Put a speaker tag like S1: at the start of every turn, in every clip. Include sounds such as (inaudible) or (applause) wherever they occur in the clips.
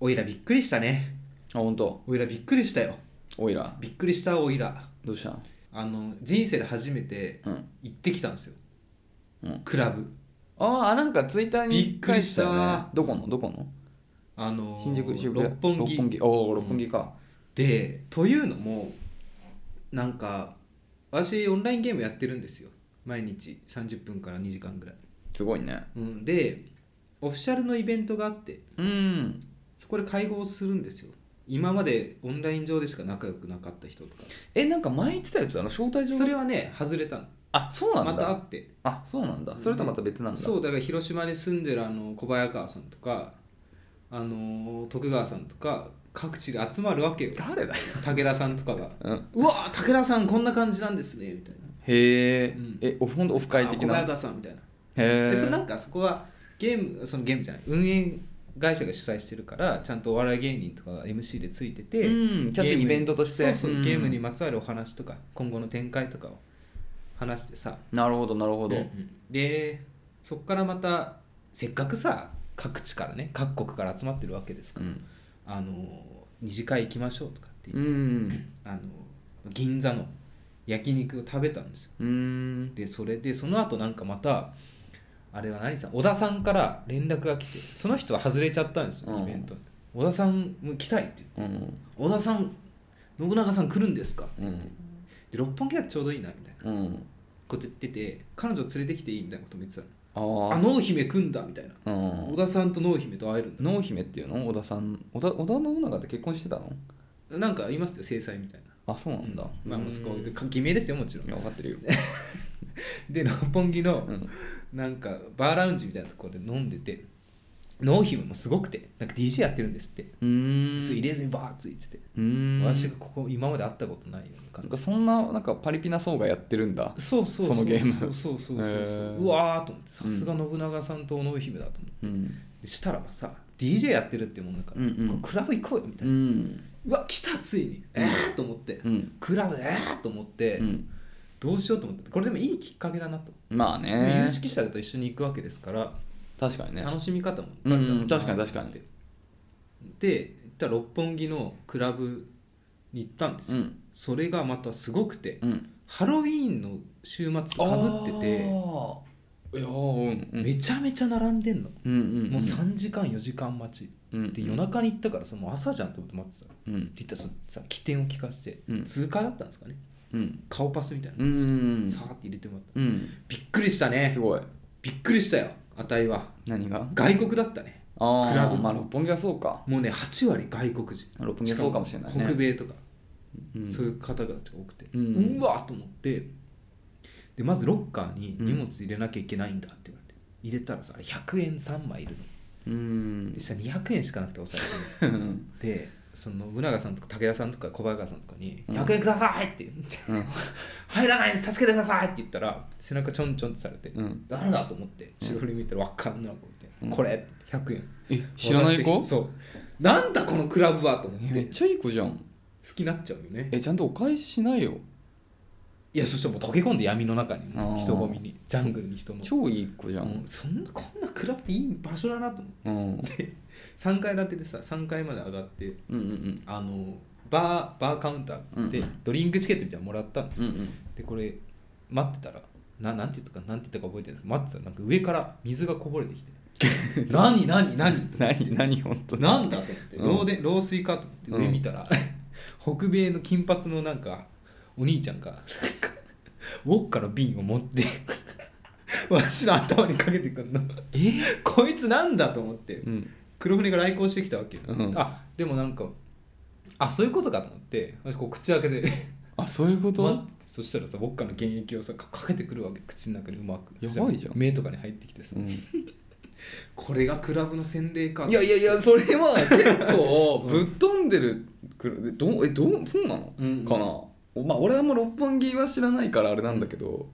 S1: おいらびっくりしたね
S2: あ本当。
S1: おいらびっくりしたよ
S2: おいら
S1: びっくりしたおいら
S2: どうしたん
S1: あの人生で初めて
S2: うん
S1: 行ってきたんですよ、
S2: うん
S1: クラブ
S2: ああなんかツイッター
S1: びっ
S2: に
S1: くりした
S2: よねどこのどこの
S1: あの
S2: 新宿渋谷
S1: 六本木
S2: 六本木おお六本木か、
S1: でというのもなんか私オンラインゲームやってるんですよ毎日30分から2時間ぐらい、
S2: すごいね
S1: うん、でオフィシャルのイベントがあって
S2: うん
S1: そこで会合をするんですよ今までオンライン上でしか仲良くなかった人とか
S2: えなんか前言ってたやつあの招待状
S1: それはね外れたの
S2: あそうな
S1: ま
S2: ん
S1: た
S2: だ、
S1: 会って
S2: あそうなんだそれとまた別なんだ、
S1: そうだから広島に住んでるあの小早川さんとかあの徳川さんとか各地で集まるわ
S2: (laughs)
S1: けよ
S2: 誰だよ、
S1: 武田さんとかが
S2: うん、
S1: 「うわ武田さんこんな感じなんですね」みたいな
S2: へえ、
S1: うん
S2: えオフほんとオフ会的
S1: あ小
S2: な
S1: 早
S2: へ
S1: 川さんみたいな、でそれな
S2: え
S1: んかそこはゲームそのゲームじゃない運営会社が主催してるからちゃんとお笑い芸人とかが MC でついてて、
S2: うんちゃんとイベントとして
S1: ゲームにそうそう、
S2: うん
S1: ゲームにまつわるお話とか今後の展開とかを話してさ
S2: なるほどなるほど、
S1: うんうんでそこからまたせっかくさ各地からね各国から集まってるわけですから、
S2: うん
S1: あの二次会行きましょうとかって
S2: う
S1: 言って、
S2: ん
S1: あの銀座の焼肉を食べたんですよ
S2: うん
S1: でそれでその後なんかまたあれは何さん小田さんから連絡が来てその人は外れちゃったんですよ
S2: うん
S1: イベントに、小田さんも来たいって言って
S2: うん
S1: 小田さん信長さん来るんですかって
S2: う
S1: 言って、
S2: ん
S1: で六本木だとちょうどいいなみたいな
S2: うん
S1: こと言ってて彼女連れてきていいみたいなことも言ってたの
S2: あ
S1: あ
S2: あ
S1: 能姫組んだみたいな
S2: うん
S1: 織田さんと能姫と会えるんだ
S2: 濃姫っていうの織田さん織田織田信長って結婚してたの
S1: なんかありますよ制裁みたいな
S2: あそうなんだ、
S1: まあ息子
S2: い
S1: で偽名ですよもちろん
S2: や分かってるよ、
S1: で六本木の
S2: うん
S1: なんかバーラウンジみたいなところで飲んでて能姫もすごくてなんか DJ やってるんですって
S2: うーん
S1: そう入れずにバーッついてて
S2: うーん
S1: 私がここ今まで会ったことないような
S2: な
S1: 感
S2: んか
S1: じ
S2: そんななんかパリピな層がやってるんだ
S1: そうそう
S2: そのゲーム
S1: そうそうそうそうそう
S2: へー
S1: うわーと思ってさすが信長さんと能姫だと思って
S2: うん
S1: でしたらばさ DJ やってるってもんだから、
S2: うんうん
S1: これクラブ行こうよみたいうな、
S2: ん
S1: うわ来たついにえーっと思って、
S2: うん
S1: クラブえーっと思って、
S2: うん
S1: どうしようと思ってこれでもいいきっかけだなと、
S2: まあ
S1: で
S2: ね
S1: 有識者と一緒に行くわけですから
S2: 確かにね
S1: 楽しみ方も
S2: うんうん
S1: わるだろうな
S2: 確かに確か
S1: で行ったら六本木のクラブに行ったんです
S2: う
S1: よ、
S2: ん
S1: それがまたすごくて
S2: うん
S1: ハロウィーンの週末かぶってて
S2: あーいやーうんうん
S1: めちゃめちゃ並んでんの、
S2: うんうん
S1: もう3時間4時間待ち
S2: うん
S1: で夜中に行ったからその朝じゃんと思って待ってたの
S2: うん
S1: って言ったらそのさ起点を聞かせて、
S2: うん
S1: 通過だったんですかね
S2: うん
S1: 顔パスみたいな
S2: うんうん
S1: さーって入れてもらった
S2: うん
S1: びっくりしたね
S2: すごい
S1: びっくりしたよ値は
S2: 何が
S1: 外国だったね
S2: あ
S1: クラブ
S2: あまあ六本木はそうか
S1: もうね8割外国人
S2: 六本木はそうかもしれないね
S1: 北米とか、
S2: うん
S1: そういう方々が多くて、
S2: う
S1: うんわっと思ってでまずロッカーに荷物入れなきゃいけないんだって言われて、入れたらさあれ100円3枚いるの
S2: うん
S1: でしたら200円しかなくてお財布でその信長さんとか武田さんとか小早川さんとかに「
S2: うん
S1: 100円ください!」って言って
S2: うん
S1: 「 (laughs) 入らないです助けてください!」って言ったら背中ちょんちょんってされて
S2: う
S1: 「
S2: ん
S1: 誰だ?」と思って白振り見たら若かん女の子みたいな
S2: うん
S1: これ!」って100円
S2: え知らな
S1: 渡し
S2: い子
S1: てきてそうなんだこのクラブはと思っ
S2: えめってちゃいい子じゃん
S1: 好きになっちゃうよね
S2: えちゃんとお返ししないよ
S1: いやそしたらもう溶け込んで闇の中に
S2: あー
S1: 人混みにジャングルに人の
S2: 超いい子じゃ
S1: も
S2: ん
S1: うそんなこんなクラブっていい場所だなと思って
S2: うん
S1: 3階建てでさ3階まで上がって
S2: うんうん
S1: あのバーバーカウンターで
S2: うん
S1: ドリンクチケットみたいなのもらったんです
S2: うんう
S1: よ、
S2: ん
S1: でこれ待ってたらななんて言ったかなんて言ったか覚えてないんですけど待ってたらなんか上から水がこぼれ
S2: (laughs)
S1: てきて何何何と思って
S2: 何何本当に
S1: なんだと思って
S2: うん
S1: 漏電漏水かと思って上見たら、北米の金髪のなんかお兄ちゃんがなんかウォッカの瓶を持って私の頭にかけてくんの
S2: え
S1: こいつなんだと思って
S2: うん
S1: 黒船が来航してきたわけよ、
S2: うん
S1: あでもなんかあそういうことかと思って私こう口開けて
S2: あそういうこ
S1: 待って
S2: と
S1: てそしたらさウォッカの原液をさかかけてくるわけ口の中にうまく
S2: やばいじゃん
S1: 目とかに入ってきてさ、
S2: うん
S1: これがクラブの洗礼かと
S2: いやいやいやそれは結構ぶっ飛んでるくるどうえどうそうなの
S1: うん
S2: かなおまあ俺はもう六本木は知らないからあれなんだけど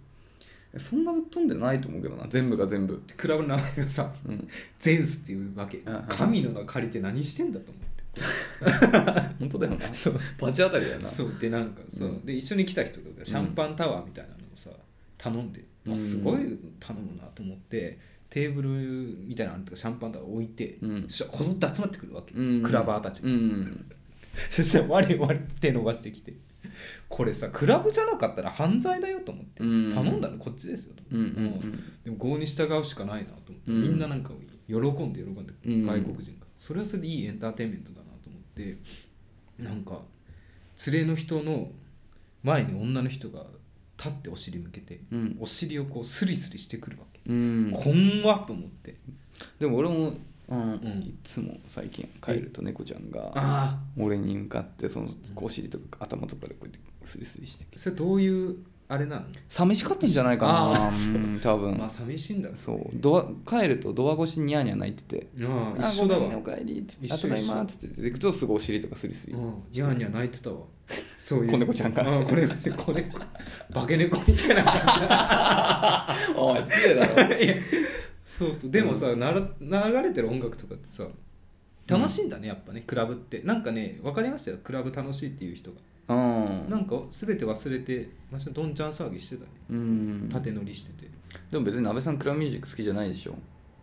S2: そんなぶっ飛んでないと思うけどな全部が全部
S1: クラブの名前がさ
S2: うん
S1: ゼウスっていうわけ
S2: うんうん
S1: 神の名借りて何してんだと思
S2: (laughs)
S1: って
S2: 本当だよな
S1: そう
S2: バチ当たりだよな
S1: そうでなんかさ、
S2: うん
S1: で一緒に来た人がシャンパンタワーみたいなのをさ頼んで、
S2: うん
S1: あすごい頼むなと思ってテーブルみたいなのとかシャンパンとか置いて、
S2: うん
S1: そしたらこぞって集まってくるわけ、
S2: うん
S1: クラバーたち、
S2: うん
S1: (laughs) そしたら我々手伸ばしてきてこれさクラブじゃなかったら犯罪だよと思って、
S2: うん
S1: 頼んだのこっちですよと
S2: うんうんうん
S1: でも郷に従うしかないなと思って、
S2: うん
S1: みんななんか喜んで喜んで、
S2: うん
S1: 外国人がそれはそれでいいエンターテインメントだなと思ってなんか連れの人の前に女の人が立ってお尻向けて、
S2: うん
S1: お尻をこうスリスリしてくるわけ、
S2: うん
S1: こんわと思って
S2: でも俺も、うん
S1: ん
S2: いつも最近帰ると猫ちゃんが
S1: あ
S2: 俺に向かってそのお尻とか頭とかでこうやってスリスリしてきて
S1: あそれどういうあれなの、
S2: 寂しかったんじゃないかな
S1: あー
S2: うん多分、
S1: まあ寂しいんだろう
S2: そうドア帰るとドア越しにニャーニャー泣いてて
S1: あ
S2: 「
S1: あ一緒だ
S2: ご
S1: わ
S2: めんねおかえり」っつって「
S1: 一緒
S2: あただい
S1: 一緒
S2: ま」っつって出てくとすぐお尻とかスリスリ
S1: うんニャーニャー泣いてたわそういう
S2: 子猫ちゃんが
S1: う子猫
S2: (laughs)
S1: 子猫化け猫みたいな感じ
S2: おい失礼だろ
S1: いやそうそうでもさ、なら流れてる音楽とかってさ楽しいんだねやっぱねクラブってなんかね分かりましたよクラブ楽しいっていう人が、
S2: うん
S1: なんか全て忘れてまあどんちゃん騒ぎしてたね
S2: うん
S1: 縦乗りしてて、
S2: でも別に安倍さんクラブミュージック好きじゃないでしょ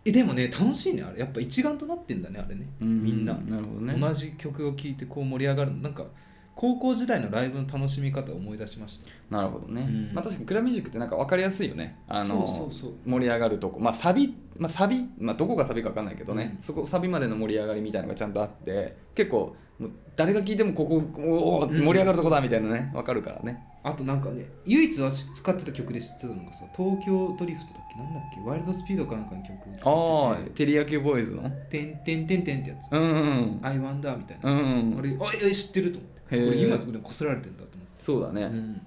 S1: えでもね楽しいねあれやっぱ一丸となってんだねあれね、
S2: うん
S1: みんな
S2: なるほどね
S1: 同じ曲を聴いてこう盛り上がるのなんか高校時代のライブの楽しみ方を思い出しました
S2: なるほどね、
S1: うん
S2: まあ、確かにクラブミュージックってなんか分かりやすいよねあの
S1: そうそうそう
S2: 盛り上がるとこまあサビ、まあ、サビ、まあ、どこがサビか分かんないけどね、
S1: うん
S2: そこサビまでの盛り上がりみたいなのがちゃんとあって結構もう誰が聞いてもここおお盛り上がるとこだみたいなね分かるからね
S1: あとなんかね唯一私使ってた曲で知ってたのがさ東京ドリフトだっけなんだっけワイルドスピードかなんかの曲使ってて
S2: ああテリヤキボーイズの
S1: てんてんてんてんってやつ。
S2: うんうん
S1: アイワンダーみたい
S2: うん
S1: な。
S2: うんう
S1: あ
S2: ん
S1: れ、あいや知ってると思って。
S2: へー
S1: 俺今のところでこすられてんだと思って。
S2: そうだね、
S1: うん、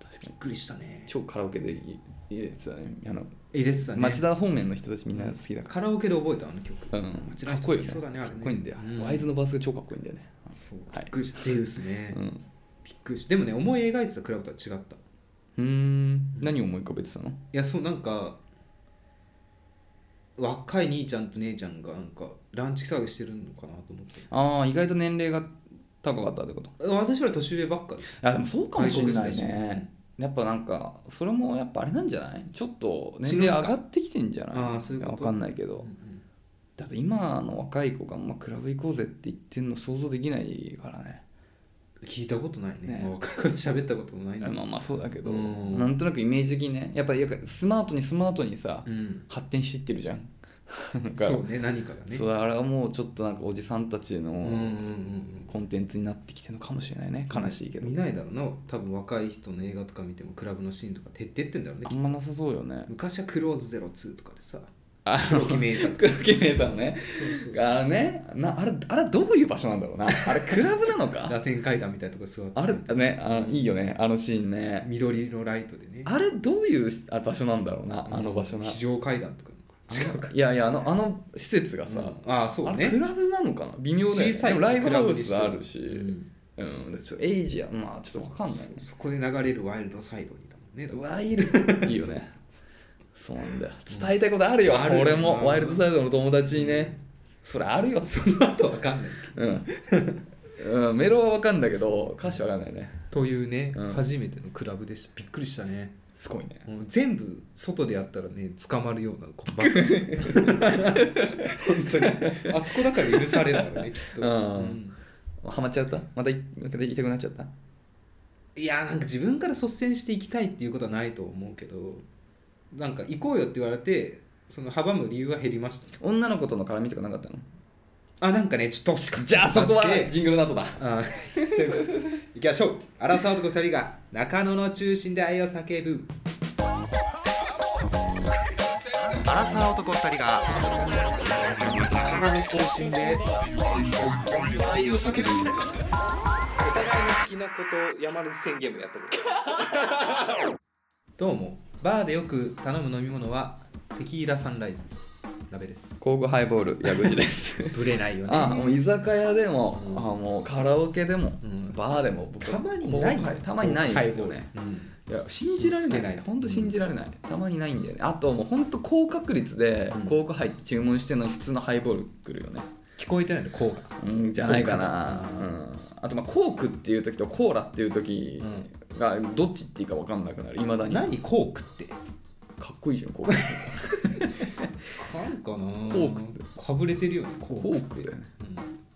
S2: 確か
S1: びっ
S2: に
S1: くりしたね。
S2: 超カラオケでいいいいですよねあの
S1: 入れてたね。
S2: 町田方面の人たちみんな好きだか
S1: カラオケで覚えたあの曲。
S2: ら、うん、
S1: 町田
S2: か
S1: の
S2: っ
S1: 人
S2: こいい
S1: 好きそうだね
S2: よ
S1: あ
S2: か
S1: れね
S2: っこいいんだよ、
S1: うん
S2: ワイズのバースが超かっこいいんだよね
S1: そう。
S2: は
S1: び
S2: い
S1: っくりした。ゼウスね
S2: う。ん
S1: びっくりした。でもね、思い描いてたクラブとは違った。いう
S2: ーん何を思い浮かべてたの
S1: や、そうなんか、若い兄ちゃんと姉ちゃんがなんかランチ騒ぎしてるのかなと思って。
S2: ああ意外と年齢が高かったってこと
S1: 私ら年上ばっかです。
S2: あでもそうかもしれない
S1: 外国人だし
S2: ねやっぱなんかそれもやっぱあれなんじゃないちょっと年齢上がってきてんじゃな
S1: 知
S2: い
S1: らんかあーそういうこと
S2: わかんないけどだって今の若い子が、まあ、クラブ行こうぜって言ってんの想像できないからね
S1: 聞いたことないね。
S2: ね
S1: まあ若い子と喋ったこともないんだけ
S2: まあ
S1: ど。
S2: まあそうだけど
S1: うん
S2: なんとなくイメージ的にねやっぱやっぱスマートにスマートにさ
S1: うん
S2: 発展していってるじゃん (laughs) なんか
S1: そうね何かがね
S2: そうあれはもうちょっとなんかおじさんたち
S1: うんうんうんう
S2: の
S1: ん
S2: コンテンツになってきてるのかもしれないね悲しいけど
S1: 見ないだろうな多分若い人の映画とか見てもクラブのシーンとか徹底ってんだろうね
S2: あんまなさそうよね
S1: 昔はクローズ02とかでさ
S2: あ
S1: 黒木名作
S2: 黒木メイさんね
S1: そうそうそう
S2: あれねなあれあれどういう場所なんだろうなあれクラブなのか
S1: 螺旋階段みたいなとこ座って
S2: あれねあのいいよねあのシーンね
S1: 緑のライトでね
S2: あれどういうしあ場所なんだろうなあの場所な
S1: 非常階段とか違うか
S2: いやいやあのあの施設がさ、
S1: ああそう
S2: あれク
S1: ね
S2: ラブなのかな微妙だよね
S1: 小さい
S2: でもライブハウスがあるし、
S1: うん
S2: うんでちょっとエイジアまあちょっとわかんないね
S1: そこで流れるワイルドサイドにだもんねだから
S2: ワイルドいいよねそうなんだよ伝えたいことあるよ、
S1: あるよ
S2: 俺もワイルドサイドの友達にねそれある
S1: (laughs)
S2: よ
S1: その後わかんない
S2: うん、うん、メロはわかんだけど歌詞わかんないね
S1: というね
S2: うん
S1: 初めてのクラブでしたびっくりしたね
S2: すごいね
S1: もう全部外でやったらね捕まるようなことばっかり (laughs) 本当にあそこだから許されないよ (laughs) ねきっと、
S2: うん
S1: うん
S2: ハマっちゃったまたいまた痛くなっちゃった
S1: いやーなんか自分から率先していきたいっていうことはないと思うけどなんか行こうよって言われてその阻む理由は減りました
S2: 女の子との絡みとかなかったの
S1: あなんかねちょっと惜しかった
S2: じゃあそこは
S1: だって
S2: ジングルの後だ
S1: あ (laughs) ーということで行きましょう荒沢男2人が中野の中心で愛を叫ぶ荒沢男2人が中野の中心で愛を叫ぶお互いの好きなことを山根宣言もやったことあります (laughs) どうもバーでよく頼む飲み物はテキーラサンライズ鍋です
S2: 交互ハイボール矢口です
S1: ぶれないよね
S2: (laughs) あもう居酒屋でも、
S1: うん
S2: あもうカラオケでも、
S1: うん
S2: バーでも僕
S1: たまにない
S2: 後輩たまにないですよね、
S1: うん
S2: いや信じられ
S1: つ
S2: な
S1: け
S2: い
S1: ない
S2: 本当信じられない、たまにないんだよねあともう本当高確率で
S1: うん
S2: 高価入って注文してんのに普通のハイボール来るよね
S1: 聞こえてないのこうが
S2: うんじゃないかな
S1: コー、
S2: う
S1: ク
S2: ん、あとまあコークっていう時とコーラっていう時がどっちっていうか分かんなくなるいまだにか
S1: 何コークって
S2: っこいいじゃんコーク
S1: なんかなフ
S2: ォークって
S1: かぶれてるよねフォ
S2: コ
S1: ー
S2: ー
S1: ク
S2: クだよね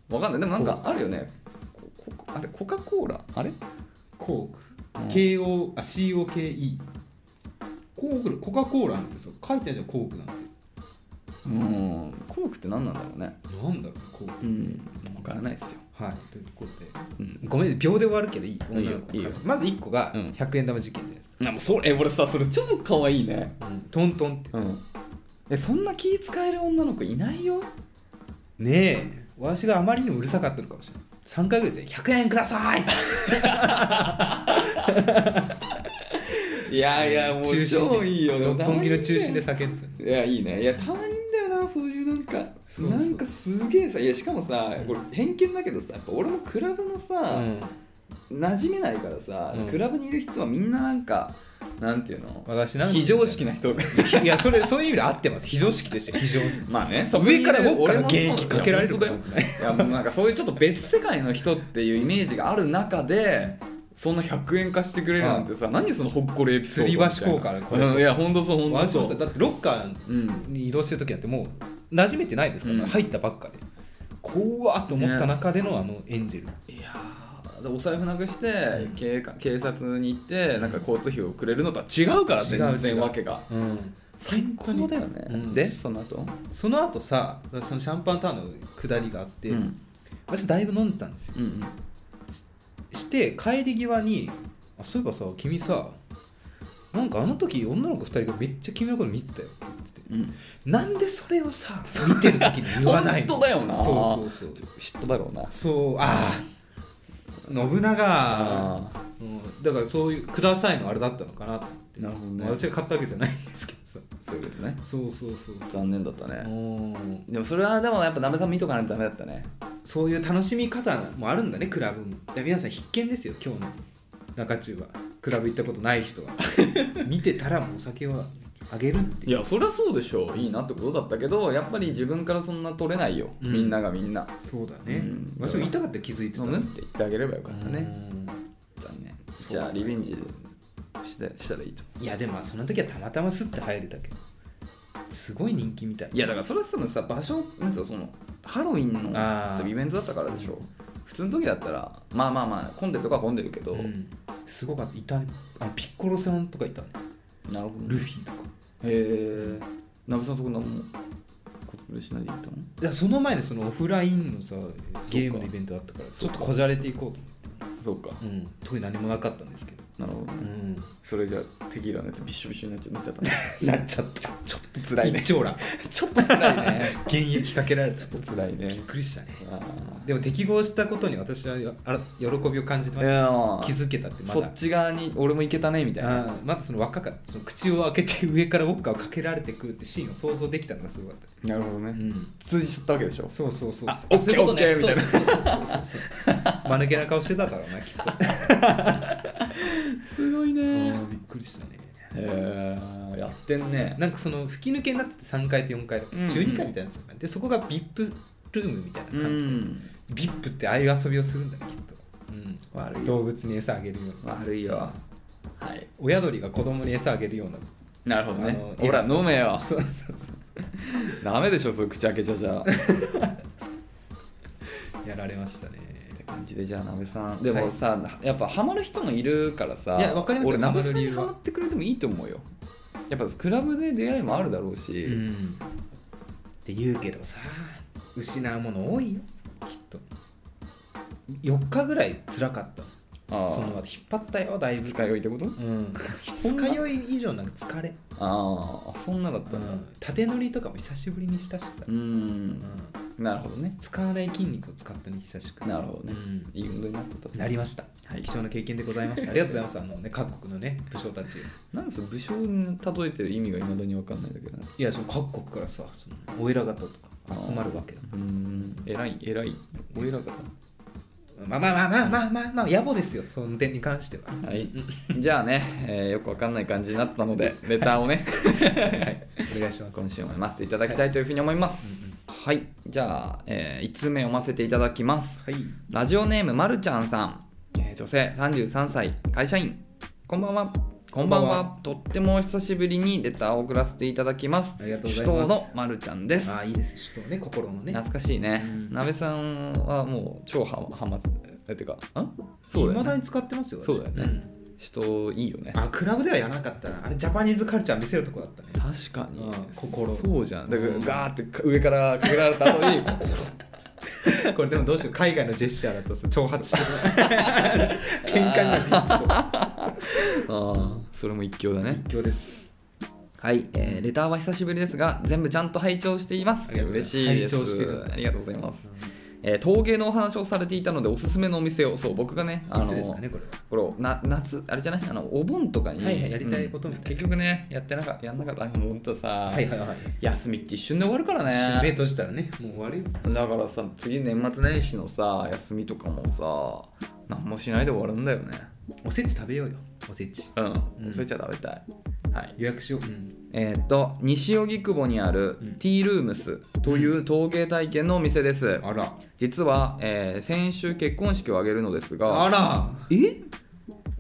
S1: うん
S2: わかんないでもなんかあるよねここあれコカ・コーラあれ
S1: コ
S2: う
S1: ー
S2: ん
S1: ク KO あ COKE コークコカ・コーラなんてさ書いてあるじゃんコークなんて
S2: うんコークって何なんだろうね
S1: なんだろうコーク
S2: うんわからないっすよ
S1: はいというとこ
S2: う
S1: ろで、
S2: ん
S1: ごめん秒で終わるけどいい
S2: いい
S1: 女
S2: よ
S1: の子
S2: いいよ
S1: まず1個が
S2: うん
S1: 100円玉事件じゃないですか、
S2: なんかそれえ俺さそれ超可愛いね
S1: トントンって
S2: うんえそんな気使える女の子いないよ
S1: ねえ私があまりにもうるさかったのかもしれない3回ぐらいですね100円ください
S2: いやいやもう
S1: 中心
S2: 超いいよ
S1: 六本木の中心で
S2: さ
S1: 叫んでたよ
S2: いやいいねいやたまにいんだよなそういうなんか
S1: そうそう
S2: なんかすげえさいやしかもさこれ偏見だけどさやっぱ俺もクラブのさ、
S1: うん
S2: 馴染めないからさ、
S1: うん
S2: クラブにいる人はみんななんかなんていうの
S1: 私なんか
S2: 非常識
S1: (laughs)
S2: な人が
S1: いやそれそういう意味で合ってます非常識でした非常に
S2: まあねそこにい
S1: 上
S2: る
S1: から僕から
S2: 俺
S1: の
S2: も
S1: 現
S2: そう
S1: 役かけられる
S2: いや本当だよいやもうなんかそういうちょっと別世界の人っていうイメージがある中でそんな100円貸してくれるなんてさ、何そのほっこりエピソードみたいな
S1: 吊り橋効果だよこれ
S2: うんいや本当そう本当
S1: 私
S2: そ
S1: もさ
S2: う
S1: だってロッカー
S2: うん
S1: に移動してる時なんてもう馴染めてないですから、
S2: うん
S1: 入ったばっかで怖っと思った中でのあのエンジェル、
S2: いやーでお財布なくして警官警察に行ってなんか交通費をくれるのとは違うから
S1: 違う
S2: 全然
S1: 違う
S2: わけが
S1: うん、
S2: 最高だよね、
S1: うん
S2: でその後
S1: その後さそのシャンパンタワーの下りがあって、
S2: うん
S1: 私だいぶ飲んでたんですよ
S2: うん
S1: して帰り際にあそういえばさ君さなんかあの時女の子2人がめっちゃ君のこと見てたよって言ってて
S2: うん
S1: なんでそれをさ見てる時に言わないの
S2: 本当だよな
S1: そうそうそう
S2: 嫉妬だろうな
S1: そうああ信長
S2: あ
S1: うん、だからそういう「ください」のあれだったのかなと思って
S2: なるほどね
S1: 私が買ったわけじゃないんですけどさ
S2: そういうことね
S1: そうそうそうそう
S2: 残念だった
S1: う
S2: ね
S1: ん
S2: でもそれはでもやっぱなべさん見とかないとダメだったね
S1: そういう楽しみ方もあるんだねクラブもだから皆さん必見ですよ今日の中中はクラブ行ったことない
S2: (laughs)
S1: 人は見てたらもうお酒はあげるっていう
S2: やそりゃそうでしょういいなってことだったけどやっぱり自分からそんな取れないよ、
S1: うん
S2: みんながみんな
S1: そうだね
S2: うん
S1: 私も言いたかったら気づいてた
S2: 飲むって言ってあげればよかったね、
S1: うん
S2: 残念
S1: そう
S2: じゃあリベンジしてしたらいいと
S1: いやでもその時はたまたまスッて入れたけどすごい人気みたい
S2: いやだからそれはそのさ場所なんていうのそのハロウィン
S1: あ
S2: の
S1: ー
S2: イベントだったからでしょ普通の時だったらまあまあまあ混んでるとかは混んでるけど、
S1: うんすごかったいたねあのピッコロさんとかいたね
S2: なるほど
S1: ル
S2: ね
S1: フィとか
S2: へえなべさんそこ何もコスプレしないで行ったの
S1: いやその前でそのオフラインのさゲームのイベントだったからちょっとこじゃれていこうと
S2: そうか
S1: 思って、うん、特に何もなかったんですけど、
S2: なるほどね
S1: ん、
S2: それじゃあテキーラのやつビシュビシュになっちゃなっちゃったね
S1: なっちゃった
S2: ちょっと (laughs) 辛いね
S1: 一 (laughs) 丁ら
S2: ちょっと辛いね
S1: 現役かけられた
S2: ちょっと (laughs) 辛いね
S1: びっくりしたね
S2: あ
S1: でも適合したことに私はあら喜びを感じて
S2: ー
S1: ま
S2: い
S1: した
S2: や
S1: 気
S2: ー
S1: づけたってま
S2: そ
S1: だ
S2: っち側に俺も行けたねみたいな
S1: あーまだその若かったその口を開けて上からウォッカをかけられてくるってシーンを想像できたのがすごかった、
S2: なるほどね、
S1: ん、
S2: 通じちゃったわけでしょ
S1: そうそうそう
S2: あ
S1: そう
S2: オッ
S1: そ
S2: ケー
S1: ういうことね
S2: オッケーみたいな
S1: そうそうそうそうそうそう (laughs) 間抜けな顔してただろうなきっと
S2: すごいね
S1: びっくりしたね
S2: へえやってんね
S1: なんかその吹き抜けになってて3階と4階だから
S2: うん
S1: 12階みたいなやつだからでそこが VIP ルームみたいな
S2: う
S1: 感じで、
S2: ん
S1: VIP ってああいう遊びをするんだねきっと、
S2: 悪い
S1: 動物に餌あげるような
S2: 悪いよはい
S1: 親鳥が子供に餌あげるような (laughs)
S2: なるほど
S1: あ
S2: ね
S1: の
S2: ほら飲めよ
S1: (laughs) そうそうそう
S2: ダメでしょそう口開けちゃじゃあって
S1: やられましたね
S2: 感じでじゃあなべさんでもさ、やっぱハマる人もいるからさ
S1: いやわかりますよ
S2: 俺なべさ
S1: ハ
S2: ん
S1: マる理
S2: に
S1: 由は
S2: ハマってくれてもいいと思うよやっぱクラブで出会いもあるだろうし、
S1: うんって言うけどさ失うもの多いよきっと4日ぐらい辛かった
S2: あ
S1: その
S2: あ
S1: 後引っ張ったよだいぶ
S2: 二日酔いってこと
S1: うん
S2: そんな
S1: 二日酔い以上なんか疲れ
S2: ああそんなだったんだ
S1: 縦乗りとかも久しぶりにしたしさ、
S2: うん、なるほどね
S1: 使わない筋肉を使ったね久しく
S2: なるほどね、
S1: う
S2: いい運動になったと
S1: なりました、
S2: はい
S1: 貴重な経験でございましたありがとうございますあのね各国の
S2: (laughs)
S1: ね武将たち
S2: なんでその武将に例えてる意味がいまだに分かんないんだけどね
S1: いやその各国からさそのお偉方とか集まるわけだ
S2: うん偉い偉い俺らか
S1: まあまあまあまあまあまあ、まあ、野暮ですよその点に関しては
S2: らはい (laughs) じゃあね、えーよくわかんない感じになった
S1: (laughs)
S2: のでレターをね
S1: お願いします
S2: 今週も読ませていただきたいというふうに思いますはい、じゃあ、え1通目読ませていただきます、
S1: はい
S2: ラジオネームまるちゃんさん、えー女性33歳会社員こんばんはこんばんはとってもお久しぶりにレターを送らせていただきます
S1: ありがとうございます
S2: 首都のまるちゃんです
S1: ああいいです首都ね心のね
S2: 懐かしいね、
S1: うん
S2: なべさんはもう超ハマハマえてかんそ
S1: 未
S2: うだよ
S1: だ
S2: ね
S1: に使ってますよ私
S2: そうだよね
S1: ん
S2: 人いいよね
S1: あクラブではやらなかったなあれジャパニーズカルチャー見せるとこだったね
S2: 確かに
S1: うん心
S2: そうじゃんだから
S1: うん
S2: ガーってか上からかけられた (laughs) 後に
S1: これでもどうしよう海外のジェスチャーだとさ挑発してる (laughs) 喧嘩になる
S2: ああそれも一興だね
S1: 一興です
S2: はい、えーレターは久しぶりですが全部ちゃんと拝聴しています
S1: ありがとうございま
S2: 嬉
S1: す
S2: しいです
S1: 拝聴してる
S2: ありがとうございます、えー陶芸のお話をされていたのでおすすめのお店をそう僕がねあの
S1: いつですかねこれは
S2: これをな夏あれじゃないあのお盆とかに、
S1: はいはいやりたいことみたいな
S2: うん結局ねやってなかやんなかったあもうほんとさ、
S1: はいはいはい
S2: 休みって一瞬で終わるから
S1: 目
S2: ね
S1: 閉じたらねもう終わるよ
S2: だからさ次年末年始のさ休みとかもさ何もしないで終わるんだよね
S1: おせち食べようよおせち
S2: うん、
S1: うん
S2: それじゃ食べたいはい
S1: 予約しよう、うん、
S2: えーっと西荻窪にある
S1: うん
S2: ティールームスという陶芸体験のお店です、
S1: あら
S2: 実は、えー先週結婚式を挙げるのですが
S1: あら
S2: え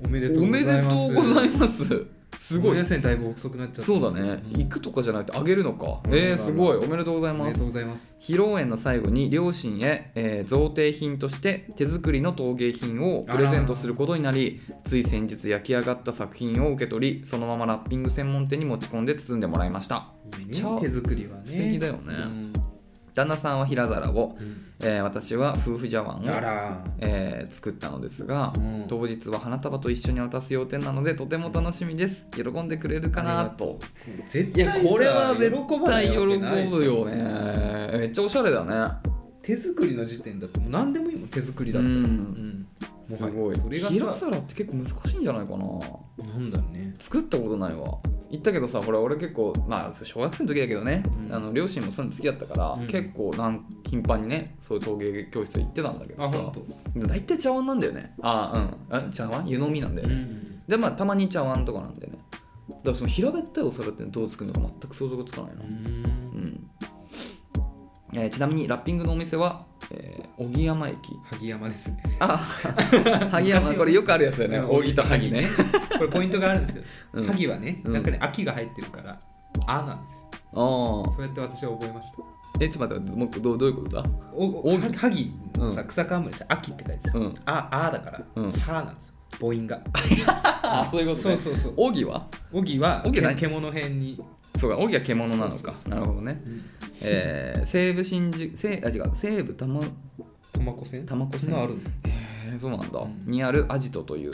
S1: おめでと
S2: お
S1: うご
S2: め
S1: ざ
S2: で
S1: いま
S2: と
S1: す
S2: うございますすごい
S1: 皆さんだいぶ遅くなっちゃった
S2: そうだね行くとかじゃなくてあげるのかえー、すごいおめでとうござい
S1: おめ
S2: ま
S1: でとう
S2: す
S1: ございます
S2: 披露宴の最後に両親へ、えー贈呈品として手作りの陶芸品をプレゼントすることになりつい先日焼き上がった作品を受け取りそのままラッピング専門店に持ち込んで包んでもらいました
S1: いいね
S2: ちゃ
S1: 手作りはね
S2: 素敵だよね旦那さんは平皿を、えー私は夫婦茶碗
S1: うんあ
S2: を、
S1: ら
S2: えー作ったのですが、
S1: うん
S2: 当日は花束と一緒に渡す予定なのでとても楽しみです喜んでくれるかなと
S1: 絶
S2: いや
S1: 対さ
S2: これは絶
S1: ばな
S2: 対
S1: い
S2: 喜
S1: わけないじゃん
S2: ぶよねめっちゃおしゃれだね
S1: 手作りの時点だってもう何でもいいもん手作りだ
S2: う
S1: と、
S2: ん
S1: も
S2: す
S1: はや
S2: ごい
S1: それが
S2: 平
S1: さ
S2: 皿って結構難しいんじゃないかな
S1: なんだろうね
S2: 作ったことないわ言ったけどさほら俺結構まあ小学生の時だけどね、
S1: うん
S2: あの両親もそういうの付き合ったから、
S1: うん
S2: 結構なん頻繁にねそういう陶芸教室行ってたんだけど
S1: あ
S2: さ
S1: 本
S2: でも大体茶碗なんだよねああうんあ茶碗湯飲みなんだ
S1: 当
S2: よね、でまあたまに茶碗とかなんだよねだからその平べったいお皿ってどう作るのか全く想像がつかないなうん、えーちなみにラッピングのお店は、えー、荻山駅
S1: 萩山ですね
S2: あ萩山これよくあるやつだよね
S1: うん
S2: 扇と萩ね
S1: これポイントがあるんですよ、
S2: (laughs) うん
S1: 萩はね
S2: うん
S1: 中に秋が入ってるから「あ」なんですよ
S2: ああ
S1: そうやって私は覚えました
S2: えちょっと待ってもう一個どうどういうことだ
S1: おお萩のさ
S2: う
S1: 草冠した秋って書いてあ
S2: う
S1: る
S2: ん
S1: あ」「あ」だから
S2: うん
S1: 「は」なんですよ母音が
S2: ああそういうこと
S1: そ
S2: ね
S1: うそうそう
S2: 扇は
S1: 荻は
S2: 荻何
S1: 獣編に
S2: そうか扇は獣なの
S1: そうそ
S2: か
S1: うそ
S2: なるほどねえー、西武新宿西あ違う西武多摩
S1: 玉子線
S2: 玉子
S1: そん
S2: 線
S1: なのあるんだ
S2: へえそうなんだ、
S1: うん
S2: にあるアジトという